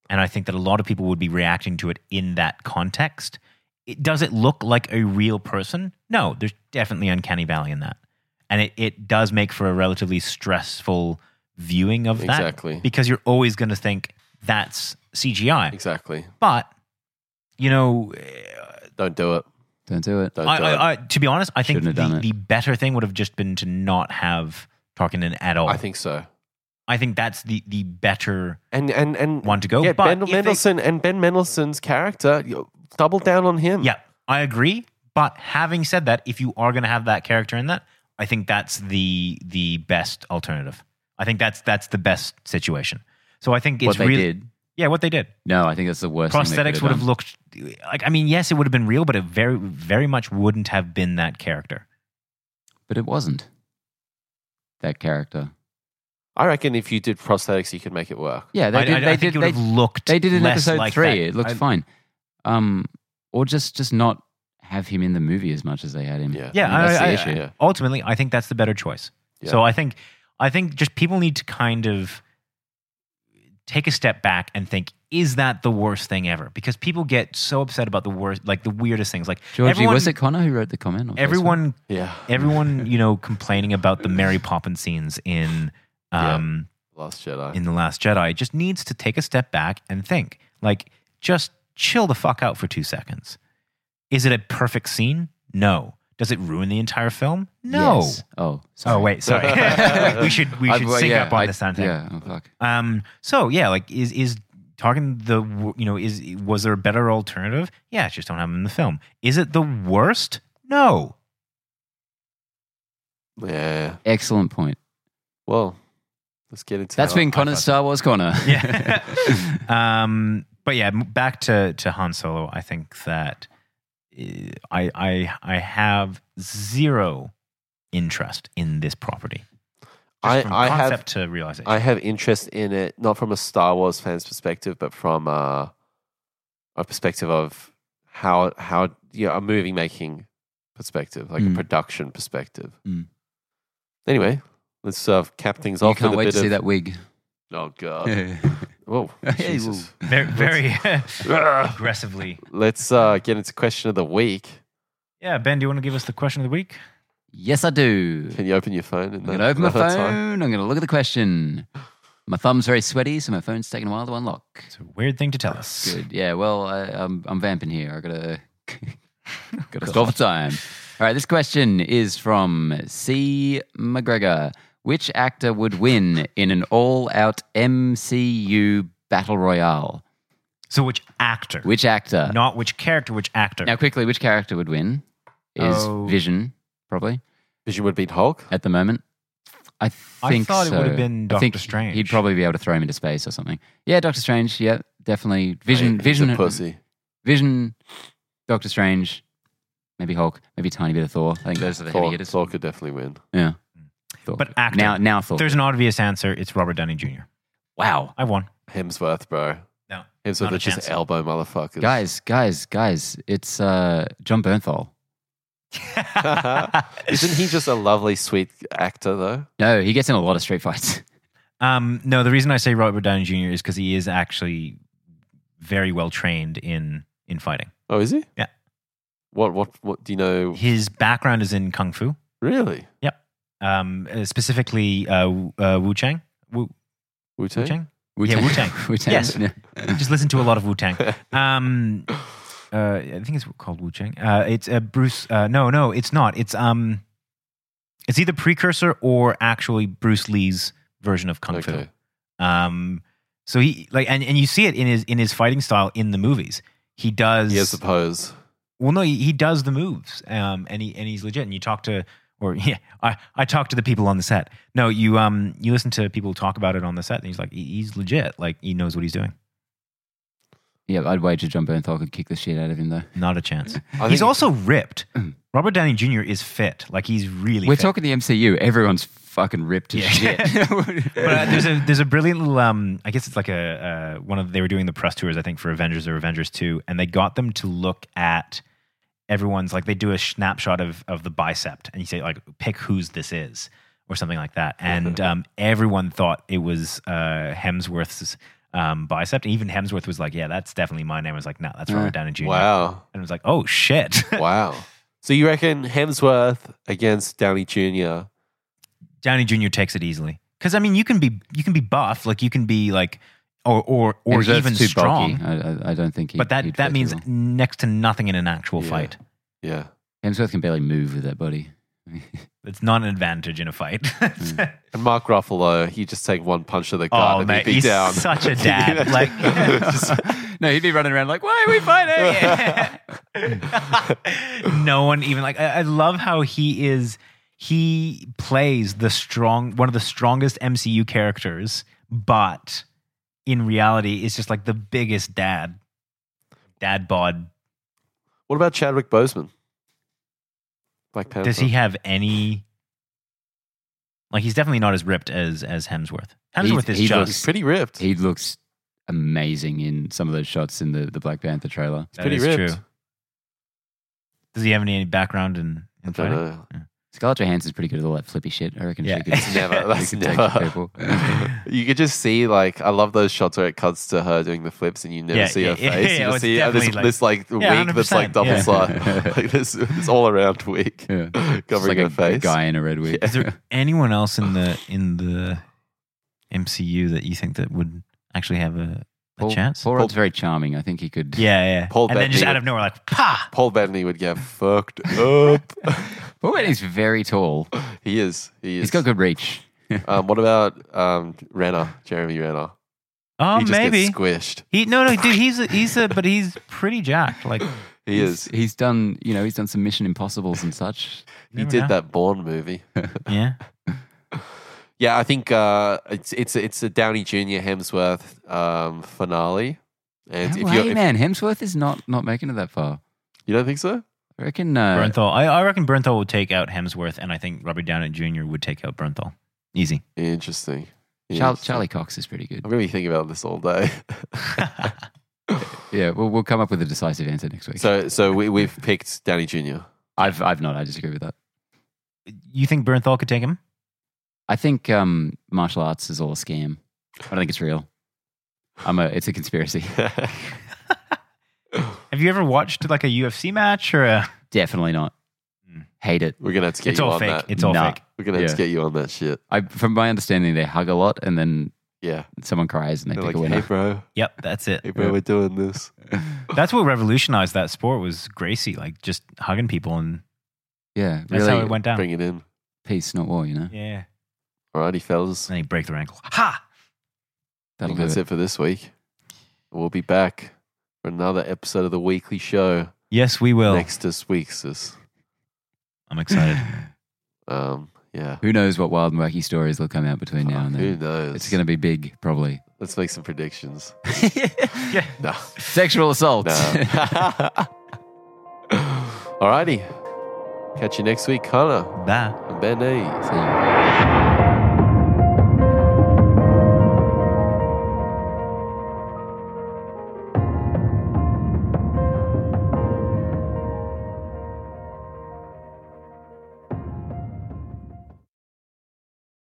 Speaker 2: And I think that a lot of people would be reacting to it in that context. It, does it look like a real person? No, there's definitely uncanny valley in that. And it, it does make for a relatively stressful viewing of that.
Speaker 1: Exactly.
Speaker 2: Because you're always going to think that's CGI.
Speaker 1: exactly.
Speaker 2: But, you know, eh,
Speaker 1: Don't do it.
Speaker 3: Don't do it.
Speaker 1: Don't
Speaker 2: I,
Speaker 1: do it.
Speaker 2: I, I, to be honest, I think
Speaker 3: uh, Shouldn't have done
Speaker 2: the,
Speaker 3: it.
Speaker 2: the better thing would have just been to not have Tarkin at all.
Speaker 1: I think so.
Speaker 2: I think that's the, the better
Speaker 1: And and and
Speaker 2: one to go.
Speaker 1: yeah,
Speaker 2: but
Speaker 1: Ben
Speaker 2: if they-
Speaker 1: Mendelsohn and Ben Mendelsohn's character you- double down on him.
Speaker 2: Yeah, I agree. But having said that, if you are going to have that character in that, I think that's the the best alternative. I think that's that's the best situation. So I think it's
Speaker 3: what they
Speaker 2: really
Speaker 3: did.
Speaker 2: yeah what they did.
Speaker 3: No, I think that's the worst. thing they
Speaker 2: Prosthetics
Speaker 3: could've
Speaker 2: would have
Speaker 3: done.
Speaker 2: looked like I mean yes, it would have been real, but it very very much wouldn't have been that character.
Speaker 3: but it wasn't. That character.
Speaker 1: I reckon if you did prosthetics, you could make it work.
Speaker 3: Yeah, they
Speaker 2: I,
Speaker 3: did.
Speaker 2: I- I
Speaker 3: they
Speaker 2: think
Speaker 3: did.
Speaker 2: it
Speaker 3: They,
Speaker 2: would have looked.
Speaker 3: they did in
Speaker 2: less
Speaker 3: episode
Speaker 2: like
Speaker 3: three.
Speaker 2: that.
Speaker 3: It looked
Speaker 2: I-
Speaker 3: fine. Um, or just just not have him in the movie as much as they had him.
Speaker 1: Yeah.
Speaker 2: Mm. Yeah,
Speaker 3: I mean, that's
Speaker 2: I-
Speaker 3: the
Speaker 2: I-
Speaker 3: issue.
Speaker 1: Yeah.
Speaker 2: ultimately i think that's the better choice
Speaker 1: Yeah.
Speaker 2: so i think i think just people need to kind of take a step back and think is that the worst thing ever because people get so upset about the worst like the weirdest things like
Speaker 3: Georgie,
Speaker 2: everyone,
Speaker 3: was it Connor who wrote the comment? on Facebook?
Speaker 2: everyone
Speaker 1: Yeah.
Speaker 2: everyone you know complaining about the mary poppins scenes in
Speaker 1: Yeah.
Speaker 2: um
Speaker 1: Last Jedi.
Speaker 2: in the last jedi just needs to take a step back and think like just chill the fuck out for 2 seconds is it a perfect scene no does it ruin the entire film no
Speaker 3: Yes. Oh. Sorry.
Speaker 2: Oh wait, sorry. we should we
Speaker 3: I-
Speaker 2: should
Speaker 3: well,
Speaker 2: sync
Speaker 3: yeah,
Speaker 2: up on
Speaker 3: I-
Speaker 2: this sound thing.
Speaker 3: Yeah. Oh fuck.
Speaker 2: Um. So yeah, like is is Tarkin the w- you know is was there a better alternative? Yeah, just don't have him in the film. Is it the worst? No.
Speaker 1: yeah.
Speaker 3: Excellent point.
Speaker 1: Well, let's get into
Speaker 3: That's
Speaker 1: that.
Speaker 3: been Connor's Star Wars Connor.
Speaker 2: Yeah. um. But yeah, m- back to to Han Solo. I think that uh, I I I have zero interest in this property. Just
Speaker 1: I,
Speaker 2: from
Speaker 1: I
Speaker 2: concept
Speaker 1: have
Speaker 2: to realization.
Speaker 1: I have interest in it, not from a Star Wars fan's perspective, but from uh, a perspective of how how you know, a movie making perspective, like a
Speaker 3: Mm.
Speaker 1: production perspective.
Speaker 3: Mm.
Speaker 1: Anyway, let's uh, cap things
Speaker 3: you
Speaker 1: off.
Speaker 3: can't
Speaker 1: with a
Speaker 3: wait to
Speaker 1: bit
Speaker 3: see
Speaker 1: of,
Speaker 3: that wig.
Speaker 1: Oh god! Whoa,
Speaker 3: Hey,
Speaker 1: Jesus.
Speaker 2: very very aggressively.
Speaker 1: Let's uh, get into question of the week.
Speaker 2: Yeah, Ben, do you want to give us the question of the week?
Speaker 3: Yes, I do.
Speaker 1: Can you open your phone?
Speaker 3: I'm going to open my phone. I'm going to look at the question. My thumb's very sweaty, so my phone's taking a while to unlock.
Speaker 2: It's a weird thing to tell us.
Speaker 3: Good. Yeah. Well, I, I'm I'm vamping here. I gotta gotta stop for time. All right. This question is from C. McGregor. Which actor would win in an all-out MCU battle royale?
Speaker 2: So, which actor?
Speaker 3: Which actor?
Speaker 2: Not which character, which actor?
Speaker 3: uh, Now, quickly, which character would win? Is
Speaker 2: Oh.
Speaker 3: Vision probably
Speaker 1: Vision would beat Hulk.
Speaker 3: at the moment? I
Speaker 2: I
Speaker 3: think
Speaker 2: thought it
Speaker 3: so.
Speaker 2: would have been
Speaker 3: I think
Speaker 2: Doctor Strange.
Speaker 3: He'd probably be able to throw him into space or something. Yeah, Doctor Strange. Yeah, definitely. Vision.
Speaker 1: Hey, he's
Speaker 3: Vision.
Speaker 1: a pussy.
Speaker 3: Vision, Doctor Strange, maybe Hulk, maybe a tiny bit of Thor. I think those are the heavy
Speaker 1: Thor,
Speaker 3: hitters.
Speaker 1: Thor could definitely win.
Speaker 3: Yeah. Thor.
Speaker 2: But actor.
Speaker 3: Now, now Thor.
Speaker 2: There's an obvious answer. It's Robert Downey Jr.
Speaker 3: wow.
Speaker 2: I won.
Speaker 1: Hemsworth, bro.
Speaker 2: No,
Speaker 1: Hemsworth
Speaker 2: not a
Speaker 1: would just
Speaker 2: chance.
Speaker 1: elbow motherfuckers.
Speaker 3: Guys, guys, guys, it's uh, John Bernthal.
Speaker 1: Isn't he just a lovely, sweet actor, though?
Speaker 3: No, he gets in a lot of street fights.
Speaker 2: um, no, the reason I say Robert Downey Jr. is because he is actually very well trained in in fighting.
Speaker 1: Oh, is he?
Speaker 2: Yeah.
Speaker 1: What? What? What? Do you know?
Speaker 2: His background is in kung fu,
Speaker 1: Really?
Speaker 2: um, uh, specifically uh, Wu- uh, Wu Chang. Wu,
Speaker 1: Wu
Speaker 2: Wu
Speaker 1: Tang.
Speaker 2: Chang. Yeah, Wu-Tang.
Speaker 3: Wu-Tang.
Speaker 2: Yes.
Speaker 3: Yeah.
Speaker 2: Just listen to a lot of Wu Tang. Um, uh, I think it's called Wu Chang. Uh, it's uh, Bruce. Uh, no, no, it's not. It's um, it's either precursor or actually Bruce Lee's version of kung
Speaker 1: Okay.
Speaker 2: fu. Um, so he like and, and you see it in his in his fighting style in the movies. He does
Speaker 1: He has the pose.
Speaker 2: Well, no, he, he does the moves, um, and he and he's legit. And you talk to, or yeah, I I talk to the people on the set. No, you um you listen to people talk about it on the set, and he's like, he, he's legit. Like he knows what he's doing.
Speaker 3: Yeah, I'd wager John Bernthal could kick the shit out of him though.
Speaker 2: Not a chance.
Speaker 1: I
Speaker 2: he's
Speaker 1: think-
Speaker 2: also ripped. Robert Downey Jr. is fit. Like he's really.
Speaker 3: We're
Speaker 2: fit.
Speaker 3: talking the MCU. Everyone's fucking ripped to
Speaker 2: Yeah.
Speaker 3: shit.
Speaker 2: But uh, there's a there's a brilliant little um I guess it's like a uh, one of they were doing the press tours I think for Avengers or Avengers two and they got them to look at everyone's like they do a snapshot of of the bicep and you say like pick whose this is or something like that and um everyone thought it was uh Hemsworth's um bicep and even Hemsworth was like yeah that's definitely mine and I was like no that's Robert Downey Jr.
Speaker 1: Wow.
Speaker 2: and I was like oh shit
Speaker 1: Wow. So you reckon Hemsworth against Downey Jr.
Speaker 2: Downey Jr. takes it easily because I mean you can be you can be buff like you can be like or or or
Speaker 3: Hemsworth's
Speaker 2: even
Speaker 3: too
Speaker 2: strong.
Speaker 3: bulky. I, I, I don't think he.
Speaker 2: but that
Speaker 3: he'd
Speaker 2: that
Speaker 3: fit
Speaker 2: means
Speaker 3: well.
Speaker 2: next to nothing in an actual
Speaker 1: Yeah.
Speaker 2: fight.
Speaker 1: Yeah.
Speaker 3: Hemsworth can barely move with that body.
Speaker 2: It's not an advantage in a fight.
Speaker 3: Hmm.
Speaker 1: And Mark Ruffalo, he just take one punch to the gut
Speaker 2: oh
Speaker 1: and
Speaker 2: man,
Speaker 1: he'd be
Speaker 2: he's
Speaker 1: down.
Speaker 2: such a dad. like
Speaker 3: no, he'd be running around like, "Why are we fighting?"
Speaker 2: no one even like. I, I love how he is. He plays the strong, one of the strongest MCU characters, but in reality, is just like the biggest dad, dad bod.
Speaker 1: what about Chadwick Boseman? Black Panther.
Speaker 2: Does he have any? Like he's definitely not as ripped as as Hemsworth. Hemsworth is
Speaker 3: he
Speaker 2: just
Speaker 1: He's pretty ripped.
Speaker 3: he looks amazing in some of those shots in the the Black Panther trailer.
Speaker 1: He's
Speaker 2: That
Speaker 1: pretty
Speaker 2: is
Speaker 1: ripped.
Speaker 2: true. Does he have any, any background in,
Speaker 1: I
Speaker 2: in
Speaker 1: uh, don't
Speaker 2: fighting?
Speaker 1: know.
Speaker 3: Scarlett Johansson's pretty good at all that flippy shit. I reckon
Speaker 2: Yeah.
Speaker 3: she could,
Speaker 2: It's
Speaker 1: never-
Speaker 3: she
Speaker 1: that's
Speaker 3: could take
Speaker 1: never-
Speaker 3: some people.
Speaker 1: You could just see, like, I love those shots where it cuts to her doing the flips and you never
Speaker 2: Yeah,
Speaker 1: see
Speaker 2: yeah,
Speaker 1: her
Speaker 2: yeah,
Speaker 1: face.
Speaker 2: yeah,
Speaker 1: you
Speaker 2: well,
Speaker 1: just
Speaker 2: it's
Speaker 1: see uh, this,
Speaker 2: definitely
Speaker 1: this, like,
Speaker 2: Yeah,
Speaker 1: wig that's like
Speaker 2: 100%,
Speaker 1: double
Speaker 2: yeah.
Speaker 1: side. like, this, this all around wig
Speaker 3: Yeah. Just
Speaker 1: covering
Speaker 3: like
Speaker 1: her
Speaker 3: a,
Speaker 1: face.
Speaker 3: a guy in a red wig.
Speaker 2: Is there anyone else in the in the MCU that you think that would actually have a, a
Speaker 3: Paul,
Speaker 2: chance?
Speaker 3: Paul
Speaker 1: Paul-
Speaker 3: Rudd's very charming. I think he could.
Speaker 2: yeah, yeah.
Speaker 1: Paul
Speaker 2: and then just
Speaker 1: Bettany.
Speaker 2: out of nowhere, like, pa!
Speaker 1: Paul Bettany would get fucked up.
Speaker 3: Paul Rudd's very tall.
Speaker 1: he is. He is.
Speaker 3: He's got good reach.
Speaker 1: Um, what about um, Renner, Jeremy Renner?
Speaker 2: Oh,
Speaker 1: he just
Speaker 2: maybe.
Speaker 1: gets squished.
Speaker 2: He no no dude he's a, he's a but he's pretty jacked like
Speaker 1: He is.
Speaker 3: He's done, you know, he's done some Mission Impossibles and such.
Speaker 1: He
Speaker 2: never
Speaker 1: did
Speaker 2: know.
Speaker 1: that Bourne movie.
Speaker 2: yeah
Speaker 1: Yeah, I think uh, it's it's it's a Downey Jr. Hemsworth um, finale. And
Speaker 3: No
Speaker 1: if
Speaker 3: way,
Speaker 1: you if,
Speaker 3: man. Hemsworth is not not making it that far.
Speaker 1: you don't think so,
Speaker 3: I reckon. Uh,
Speaker 2: Bernthal I, I reckon Bernthal would take out Hemsworth and I think Robert Downey Jr would take out Bernthal easy
Speaker 1: interesting.
Speaker 3: Char-
Speaker 1: Interesting.
Speaker 3: Charlie Cox is pretty good.
Speaker 1: I'm gonna be thinking about this all day.
Speaker 3: Yeah, we'll, we'll come up with a decisive answer next week.
Speaker 1: so so we we've picked Downey Jr.
Speaker 3: I've I've not. I disagree with that.
Speaker 2: you think Bernthal could take him
Speaker 3: I think um, martial arts is all a scam. I don't think it's real. I'm a. It's a conspiracy.
Speaker 2: Have you ever watched like a UFC match or a?
Speaker 3: Definitely not.
Speaker 2: Hmm.
Speaker 3: Hate it.
Speaker 1: We're gonna have to get
Speaker 2: It's
Speaker 1: you
Speaker 2: all
Speaker 1: on
Speaker 2: fake.
Speaker 1: that.
Speaker 2: It's all
Speaker 3: Nah.
Speaker 2: fake.
Speaker 1: We're gonna have to
Speaker 3: Yeah.
Speaker 1: get you on that shit.
Speaker 3: I, from my understanding, they hug a lot and then
Speaker 1: Yeah,
Speaker 3: someone cries and they
Speaker 1: they're
Speaker 3: pick
Speaker 1: like,
Speaker 3: a
Speaker 1: hey
Speaker 3: winner.
Speaker 1: bro,
Speaker 2: Yep, that's
Speaker 1: hey
Speaker 2: it.
Speaker 1: bro,
Speaker 3: Yeah.
Speaker 1: we're doing this.
Speaker 2: That's what revolutionized that sport was Gracie, like just hugging people, and
Speaker 3: Yeah,
Speaker 2: that's
Speaker 3: really.
Speaker 2: how it went down.
Speaker 1: Bring it in.
Speaker 3: Peace, not war. You know.
Speaker 2: yeah,
Speaker 1: Alrighty, fellas.
Speaker 2: and he break their ankle. Ha!
Speaker 1: I
Speaker 3: That'll
Speaker 1: think
Speaker 3: do
Speaker 1: that's
Speaker 3: it.
Speaker 1: it for this week. We'll be back for another episode of the weekly show
Speaker 2: Yes, we will.
Speaker 1: next this week's. This,
Speaker 2: I'm excited.
Speaker 1: um, yeah.
Speaker 3: Who knows what wild and wacky stories will come out between now and
Speaker 1: Who
Speaker 3: then?
Speaker 1: knows?
Speaker 3: It's going to be big, probably.
Speaker 1: Let's make some predictions.
Speaker 2: yeah.
Speaker 1: No,
Speaker 3: Sexual assault.
Speaker 1: no. Alrighty. Catch you next week, Connor
Speaker 2: Bye.
Speaker 1: and Ben E.
Speaker 3: See you.